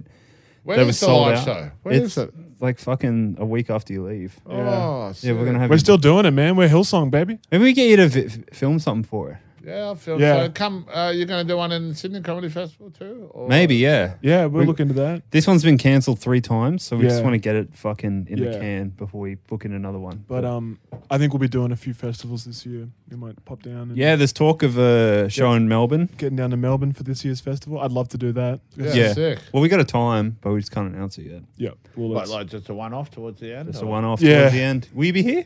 [SPEAKER 10] When
[SPEAKER 8] They were
[SPEAKER 10] is the
[SPEAKER 8] sold
[SPEAKER 10] live
[SPEAKER 8] out.
[SPEAKER 10] show? When is
[SPEAKER 8] it's
[SPEAKER 10] it?
[SPEAKER 8] like fucking a week after you leave.
[SPEAKER 10] Oh,
[SPEAKER 8] Yeah, we're gonna have.
[SPEAKER 11] We're
[SPEAKER 8] you-
[SPEAKER 11] still doing it, man. We're Hillsong, baby.
[SPEAKER 8] Maybe we get you to vi- film something for it.
[SPEAKER 10] Yeah, I feel
[SPEAKER 11] Yeah.
[SPEAKER 10] so. Come, uh, you're going to do one in Sydney Comedy Festival too? Or?
[SPEAKER 8] Maybe, yeah.
[SPEAKER 11] Yeah, we'll look into that.
[SPEAKER 8] This one's been cancelled three times, so we just
[SPEAKER 11] Yeah.
[SPEAKER 8] want to get it fucking in the
[SPEAKER 11] Yeah.
[SPEAKER 8] can before we book in another one.
[SPEAKER 11] But um, I think we'll be doing a few festivals this year. We might pop down and
[SPEAKER 8] yeah, there's talk of a show in Melbourne.
[SPEAKER 11] getting down to Melbourne for this year's festival. I'd love to do that.
[SPEAKER 10] Yeah,
[SPEAKER 8] Yeah.
[SPEAKER 10] sick.
[SPEAKER 8] Well, we got a time, but we just can't announce it yet.
[SPEAKER 11] Yeah, well,
[SPEAKER 10] Like,
[SPEAKER 11] it's-
[SPEAKER 10] like just a one off towards the end?
[SPEAKER 8] It's a
[SPEAKER 10] or-
[SPEAKER 8] one off
[SPEAKER 11] Yeah.
[SPEAKER 8] towards the end. Will you be here?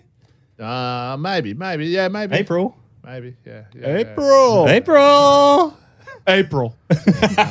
[SPEAKER 10] Uh, maybe, maybe. Yeah, maybe.
[SPEAKER 8] April.
[SPEAKER 10] Maybe, yeah. yeah, yeah.
[SPEAKER 11] April,
[SPEAKER 8] April.
[SPEAKER 11] April,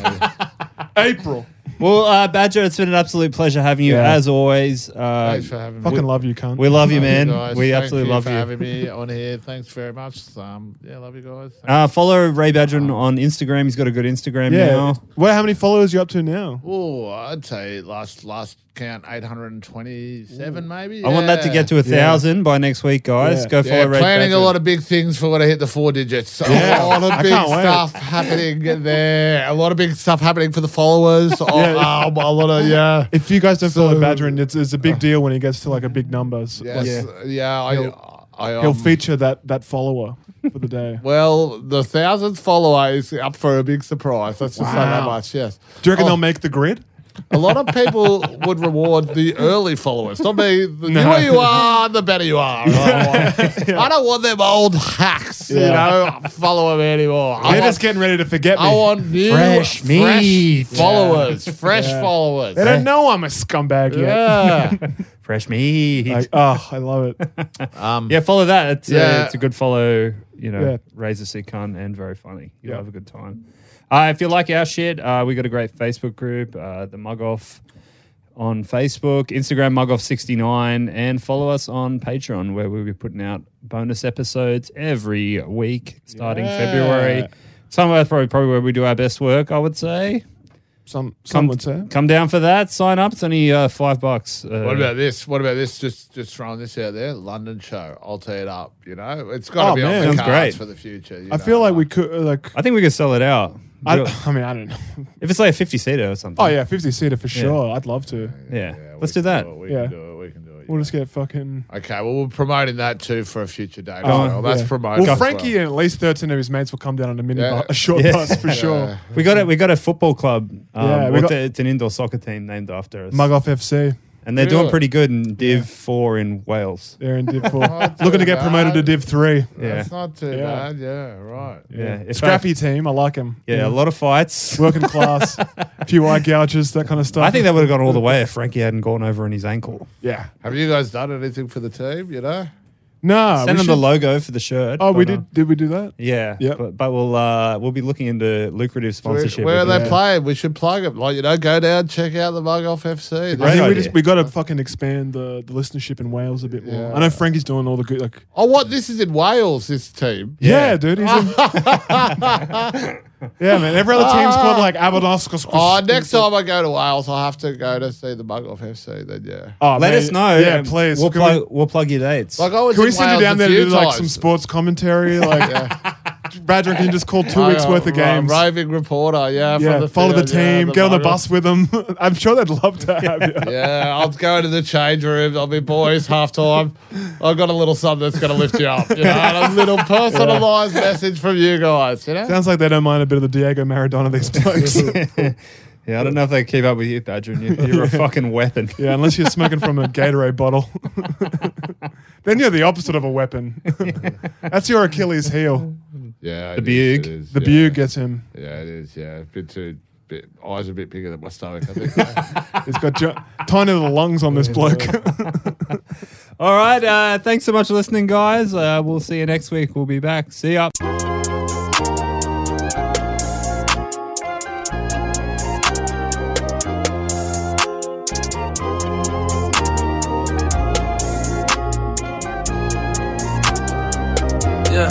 [SPEAKER 11] April.
[SPEAKER 8] Well, uh, Badger, it's been an absolute pleasure having you
[SPEAKER 11] Yeah.
[SPEAKER 8] as always. Uh,
[SPEAKER 10] Thanks for having me.
[SPEAKER 11] Fucking love you, cunt.
[SPEAKER 8] we love you,
[SPEAKER 10] Love
[SPEAKER 8] man.
[SPEAKER 10] guys.
[SPEAKER 8] we
[SPEAKER 10] Thank
[SPEAKER 8] absolutely
[SPEAKER 10] you
[SPEAKER 8] love
[SPEAKER 10] for
[SPEAKER 8] you.
[SPEAKER 10] having me on here. Thanks very much. Um, yeah, love you guys.
[SPEAKER 8] Uh, follow Ray Badger on Instagram. He's got a good Instagram
[SPEAKER 11] yeah.
[SPEAKER 8] now.
[SPEAKER 11] Well, how many followers you up to now?
[SPEAKER 10] Oh, I'd say last last count eight hundred and twenty-seven, maybe.
[SPEAKER 8] I want that to
[SPEAKER 10] Yeah.
[SPEAKER 8] get to a thousand by next week, guys.
[SPEAKER 11] Yeah.
[SPEAKER 8] Go follow
[SPEAKER 10] Yeah,
[SPEAKER 8] Ray.
[SPEAKER 10] planning
[SPEAKER 8] Badger.
[SPEAKER 10] a lot of big things for when I hit the four digits. A lot of big stuff happening there. A lot of big stuff happening for the followers. oh, um, a lot of yeah.
[SPEAKER 11] If you guys don't
[SPEAKER 10] So-
[SPEAKER 11] follow Badgerin, it's, it's a big deal when he gets to like a big number. So,
[SPEAKER 10] Yes,
[SPEAKER 11] like,
[SPEAKER 10] yeah, I, I, um,
[SPEAKER 11] He'll feature that that follower for the day.
[SPEAKER 10] Well, the thousandth follower is up for a big surprise. Let's just say that much. Yes.
[SPEAKER 11] Do you reckon
[SPEAKER 10] Oh.
[SPEAKER 11] they'll make the grid?
[SPEAKER 10] A lot of people would reward the early followers. Not me. The newer you are, the better you are. I don't want, I don't want them old hacks, you know, follow them anymore. I
[SPEAKER 11] They're
[SPEAKER 10] want,
[SPEAKER 11] just getting ready to forget me.
[SPEAKER 10] I want new,
[SPEAKER 8] Fresh
[SPEAKER 10] fresh,
[SPEAKER 8] meat.
[SPEAKER 10] followers. Fresh followers.
[SPEAKER 11] they don't know I'm a scumbag yet.
[SPEAKER 10] Yeah.
[SPEAKER 8] Fresh meat.
[SPEAKER 11] Like, oh, I love it.
[SPEAKER 10] um,
[SPEAKER 8] yeah, follow that. It's, uh,
[SPEAKER 10] Yeah.
[SPEAKER 8] it's a good follow. You know,
[SPEAKER 11] Yeah.
[SPEAKER 8] Razor sick cunt and very funny. You'll
[SPEAKER 11] Yeah.
[SPEAKER 8] have a good time. Uh, if you like our shit, uh, we got a great Facebook group, uh, the Mug Off on Facebook, Instagram Mug Off sixty nine, and follow us on Patreon where we'll be putting out bonus episodes every week starting
[SPEAKER 10] Yeah.
[SPEAKER 8] February. Somewhere probably probably where we do our best work, I would say.
[SPEAKER 11] Some
[SPEAKER 8] Come,
[SPEAKER 11] some would say.
[SPEAKER 8] come down for that. Sign up. It's only uh, five bucks. Uh,
[SPEAKER 10] What about this? What about this? Just just throwing this out there. London show. I'll tee it up. You know, it's got to
[SPEAKER 11] Oh,
[SPEAKER 10] be
[SPEAKER 11] man.
[SPEAKER 10] on the
[SPEAKER 8] Sounds
[SPEAKER 10] cards
[SPEAKER 8] great.
[SPEAKER 10] for the future. you
[SPEAKER 11] I
[SPEAKER 10] know,
[SPEAKER 11] feel like we could uh, like.
[SPEAKER 8] I think we could sell it out.
[SPEAKER 11] I,
[SPEAKER 8] Real-
[SPEAKER 11] I mean, I don't know.
[SPEAKER 8] if it's like a fifty seater or something.
[SPEAKER 11] Oh yeah, fifty seater for sure. I'd love to.
[SPEAKER 8] Yeah.
[SPEAKER 10] we
[SPEAKER 8] Let's do
[SPEAKER 10] can
[SPEAKER 8] that.
[SPEAKER 10] it, we
[SPEAKER 11] Yeah.
[SPEAKER 10] can do it. We can do it.
[SPEAKER 11] We'll
[SPEAKER 10] yeah.
[SPEAKER 11] just get fucking. uh,
[SPEAKER 10] Okay, well, we're promoting that too for a future date. as
[SPEAKER 8] on,
[SPEAKER 10] well. That's
[SPEAKER 11] Oh, yeah.
[SPEAKER 10] promoted.
[SPEAKER 11] Well,
[SPEAKER 10] as
[SPEAKER 11] Frankie and at least thirteen of his mates will come down on a mini
[SPEAKER 10] Yeah.
[SPEAKER 11] bus, a short
[SPEAKER 8] Yeah.
[SPEAKER 11] bus for sure.
[SPEAKER 10] Yeah.
[SPEAKER 8] We got it. We got a football club. Um,
[SPEAKER 11] Yeah, we
[SPEAKER 8] what's
[SPEAKER 11] got-
[SPEAKER 8] it- it's an indoor soccer team named after us.
[SPEAKER 11] Mug off FC.
[SPEAKER 8] and they're doing
[SPEAKER 10] Really?
[SPEAKER 8] pretty good in Div Four in Wales.
[SPEAKER 11] They're in Div Four,
[SPEAKER 10] Not
[SPEAKER 11] looking
[SPEAKER 10] too
[SPEAKER 11] to get promoted to
[SPEAKER 10] bad.
[SPEAKER 11] Div Three.
[SPEAKER 8] Yeah,
[SPEAKER 10] That's not too
[SPEAKER 11] Yeah.
[SPEAKER 10] bad. Yeah, right.
[SPEAKER 8] yeah. If
[SPEAKER 11] Scrappy team, I like him.
[SPEAKER 8] I- yeah, a lot of fights.
[SPEAKER 11] working class, a few eye gouges, that kind of stuff.
[SPEAKER 8] I think that would have gone all the way if Frankie hadn't gone over on his ankle.
[SPEAKER 11] yeah.
[SPEAKER 10] Have you guys done anything for the team? You know,
[SPEAKER 11] No, Uh, we
[SPEAKER 8] Send him the
[SPEAKER 11] should-
[SPEAKER 8] logo for the shirt.
[SPEAKER 11] Oh, we
[SPEAKER 8] but, uh,
[SPEAKER 11] did. Did we do that?
[SPEAKER 8] yeah,
[SPEAKER 11] Yep.
[SPEAKER 8] but, but we'll uh, we'll be looking into lucrative
[SPEAKER 10] where,
[SPEAKER 8] sponsorship.
[SPEAKER 10] where are
[SPEAKER 8] with
[SPEAKER 10] they
[SPEAKER 8] it.
[SPEAKER 10] playing? We should plug them. Like you know, go down, check out the Mug Off FC.
[SPEAKER 11] I
[SPEAKER 8] Great
[SPEAKER 11] think we
[SPEAKER 8] idea.
[SPEAKER 11] just we got to fucking expand the, the listenership in Wales a bit more.
[SPEAKER 10] Yeah.
[SPEAKER 11] I know Frankie's doing all the good. Like,
[SPEAKER 10] Oh, what? This is in Wales. This team.
[SPEAKER 11] yeah, dude. He's in, yeah, man. Every other
[SPEAKER 10] Ah.
[SPEAKER 11] team's called like Abernoscus.
[SPEAKER 10] Oh, next time I go to Wales, I'll have to go to see the Mug Off FC. Then yeah.
[SPEAKER 11] Oh,
[SPEAKER 8] Let
[SPEAKER 11] mate,
[SPEAKER 8] us know.
[SPEAKER 11] Yeah,
[SPEAKER 8] um,
[SPEAKER 11] please.
[SPEAKER 8] We'll
[SPEAKER 11] can
[SPEAKER 8] plug,
[SPEAKER 11] we,
[SPEAKER 8] we'll plug your dates.
[SPEAKER 10] Like I was
[SPEAKER 11] can we
[SPEAKER 10] in
[SPEAKER 11] send
[SPEAKER 10] Wales
[SPEAKER 11] you down
[SPEAKER 10] a
[SPEAKER 11] there to
[SPEAKER 10] few
[SPEAKER 11] do like
[SPEAKER 10] times.
[SPEAKER 11] some sports commentary? Like, Badger can you just call two weeks
[SPEAKER 10] Oh,
[SPEAKER 11] worth of
[SPEAKER 10] right,
[SPEAKER 11] games.
[SPEAKER 10] Raving reporter. Yeah. from
[SPEAKER 11] Yeah, follow the
[SPEAKER 10] field, yeah,
[SPEAKER 11] team. get on the
[SPEAKER 10] Mug Off.
[SPEAKER 11] bus with them. I'm sure they'd love to have you.
[SPEAKER 10] Yeah, I'll go into the change room. I'll be boys half time. I've got a little something that's going to lift you up. You know, and a little personalized message from you guys. You know,
[SPEAKER 11] Sounds like they don't mind a bit of the Diego Maradona these blokes.
[SPEAKER 8] yeah, I don't know if they keep up with you, Badger. and you- You're a fucking weapon.
[SPEAKER 11] yeah, unless you're smoking from a Gatorade bottle. then you're the opposite of a weapon. That's your Achilles heel.
[SPEAKER 10] yeah,
[SPEAKER 8] The is, Bug. it
[SPEAKER 11] The
[SPEAKER 10] yeah.
[SPEAKER 11] Bug gets him.
[SPEAKER 10] Yeah, it is. Yeah, a bit too. Bit, eyes a bit bigger than my stomach. I think.
[SPEAKER 11] He's got jo- tiny little lungs on this bloke.
[SPEAKER 8] All right. Uh, thanks so much for listening, guys. Uh, we'll see you next week. We'll be back. See ya.
[SPEAKER 12] Yeah.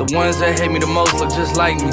[SPEAKER 12] The ones that hate me the most look just like me.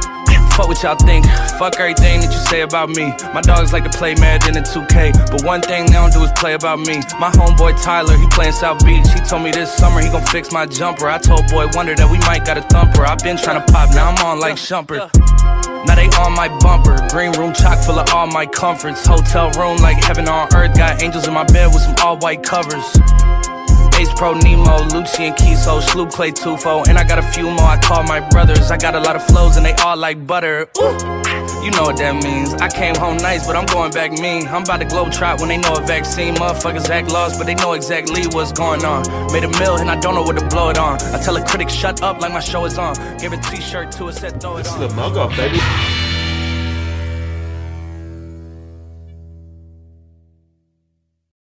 [SPEAKER 8] Fuck what y'all think. Fuck everything that you say about me. My dogs like to play Madden in 2K. But one thing they don't do is play about me. My homeboy Tyler, he playing South Beach. He told me this summer he gon' fix my jumper. I told Boy Wonder that we might got a thumper. i been tryna pop, now I'm on like Shumper. Now they on my bumper. Green room chock full of all my comforts. Hotel room like heaven on earth. Got angels in my bed with some all white covers. Ace Pro Nemo, Lucian Kiso, Sloop Clay Tufo, and I got a few more I call my brothers. I got a lot of flows and they all like butter. Ooh, you know what that means. I came home nice, but I'm going back mean. I'm about to globetrot when they know a vaccine. Motherfuckers act lost, but they know exactly what's going on. Made a mill and I don't know what to blow it on. I tell a critic, shut up like my show is on. Give a t shirt to a set, throw it
[SPEAKER 13] This is
[SPEAKER 8] on.
[SPEAKER 13] the mug off, baby.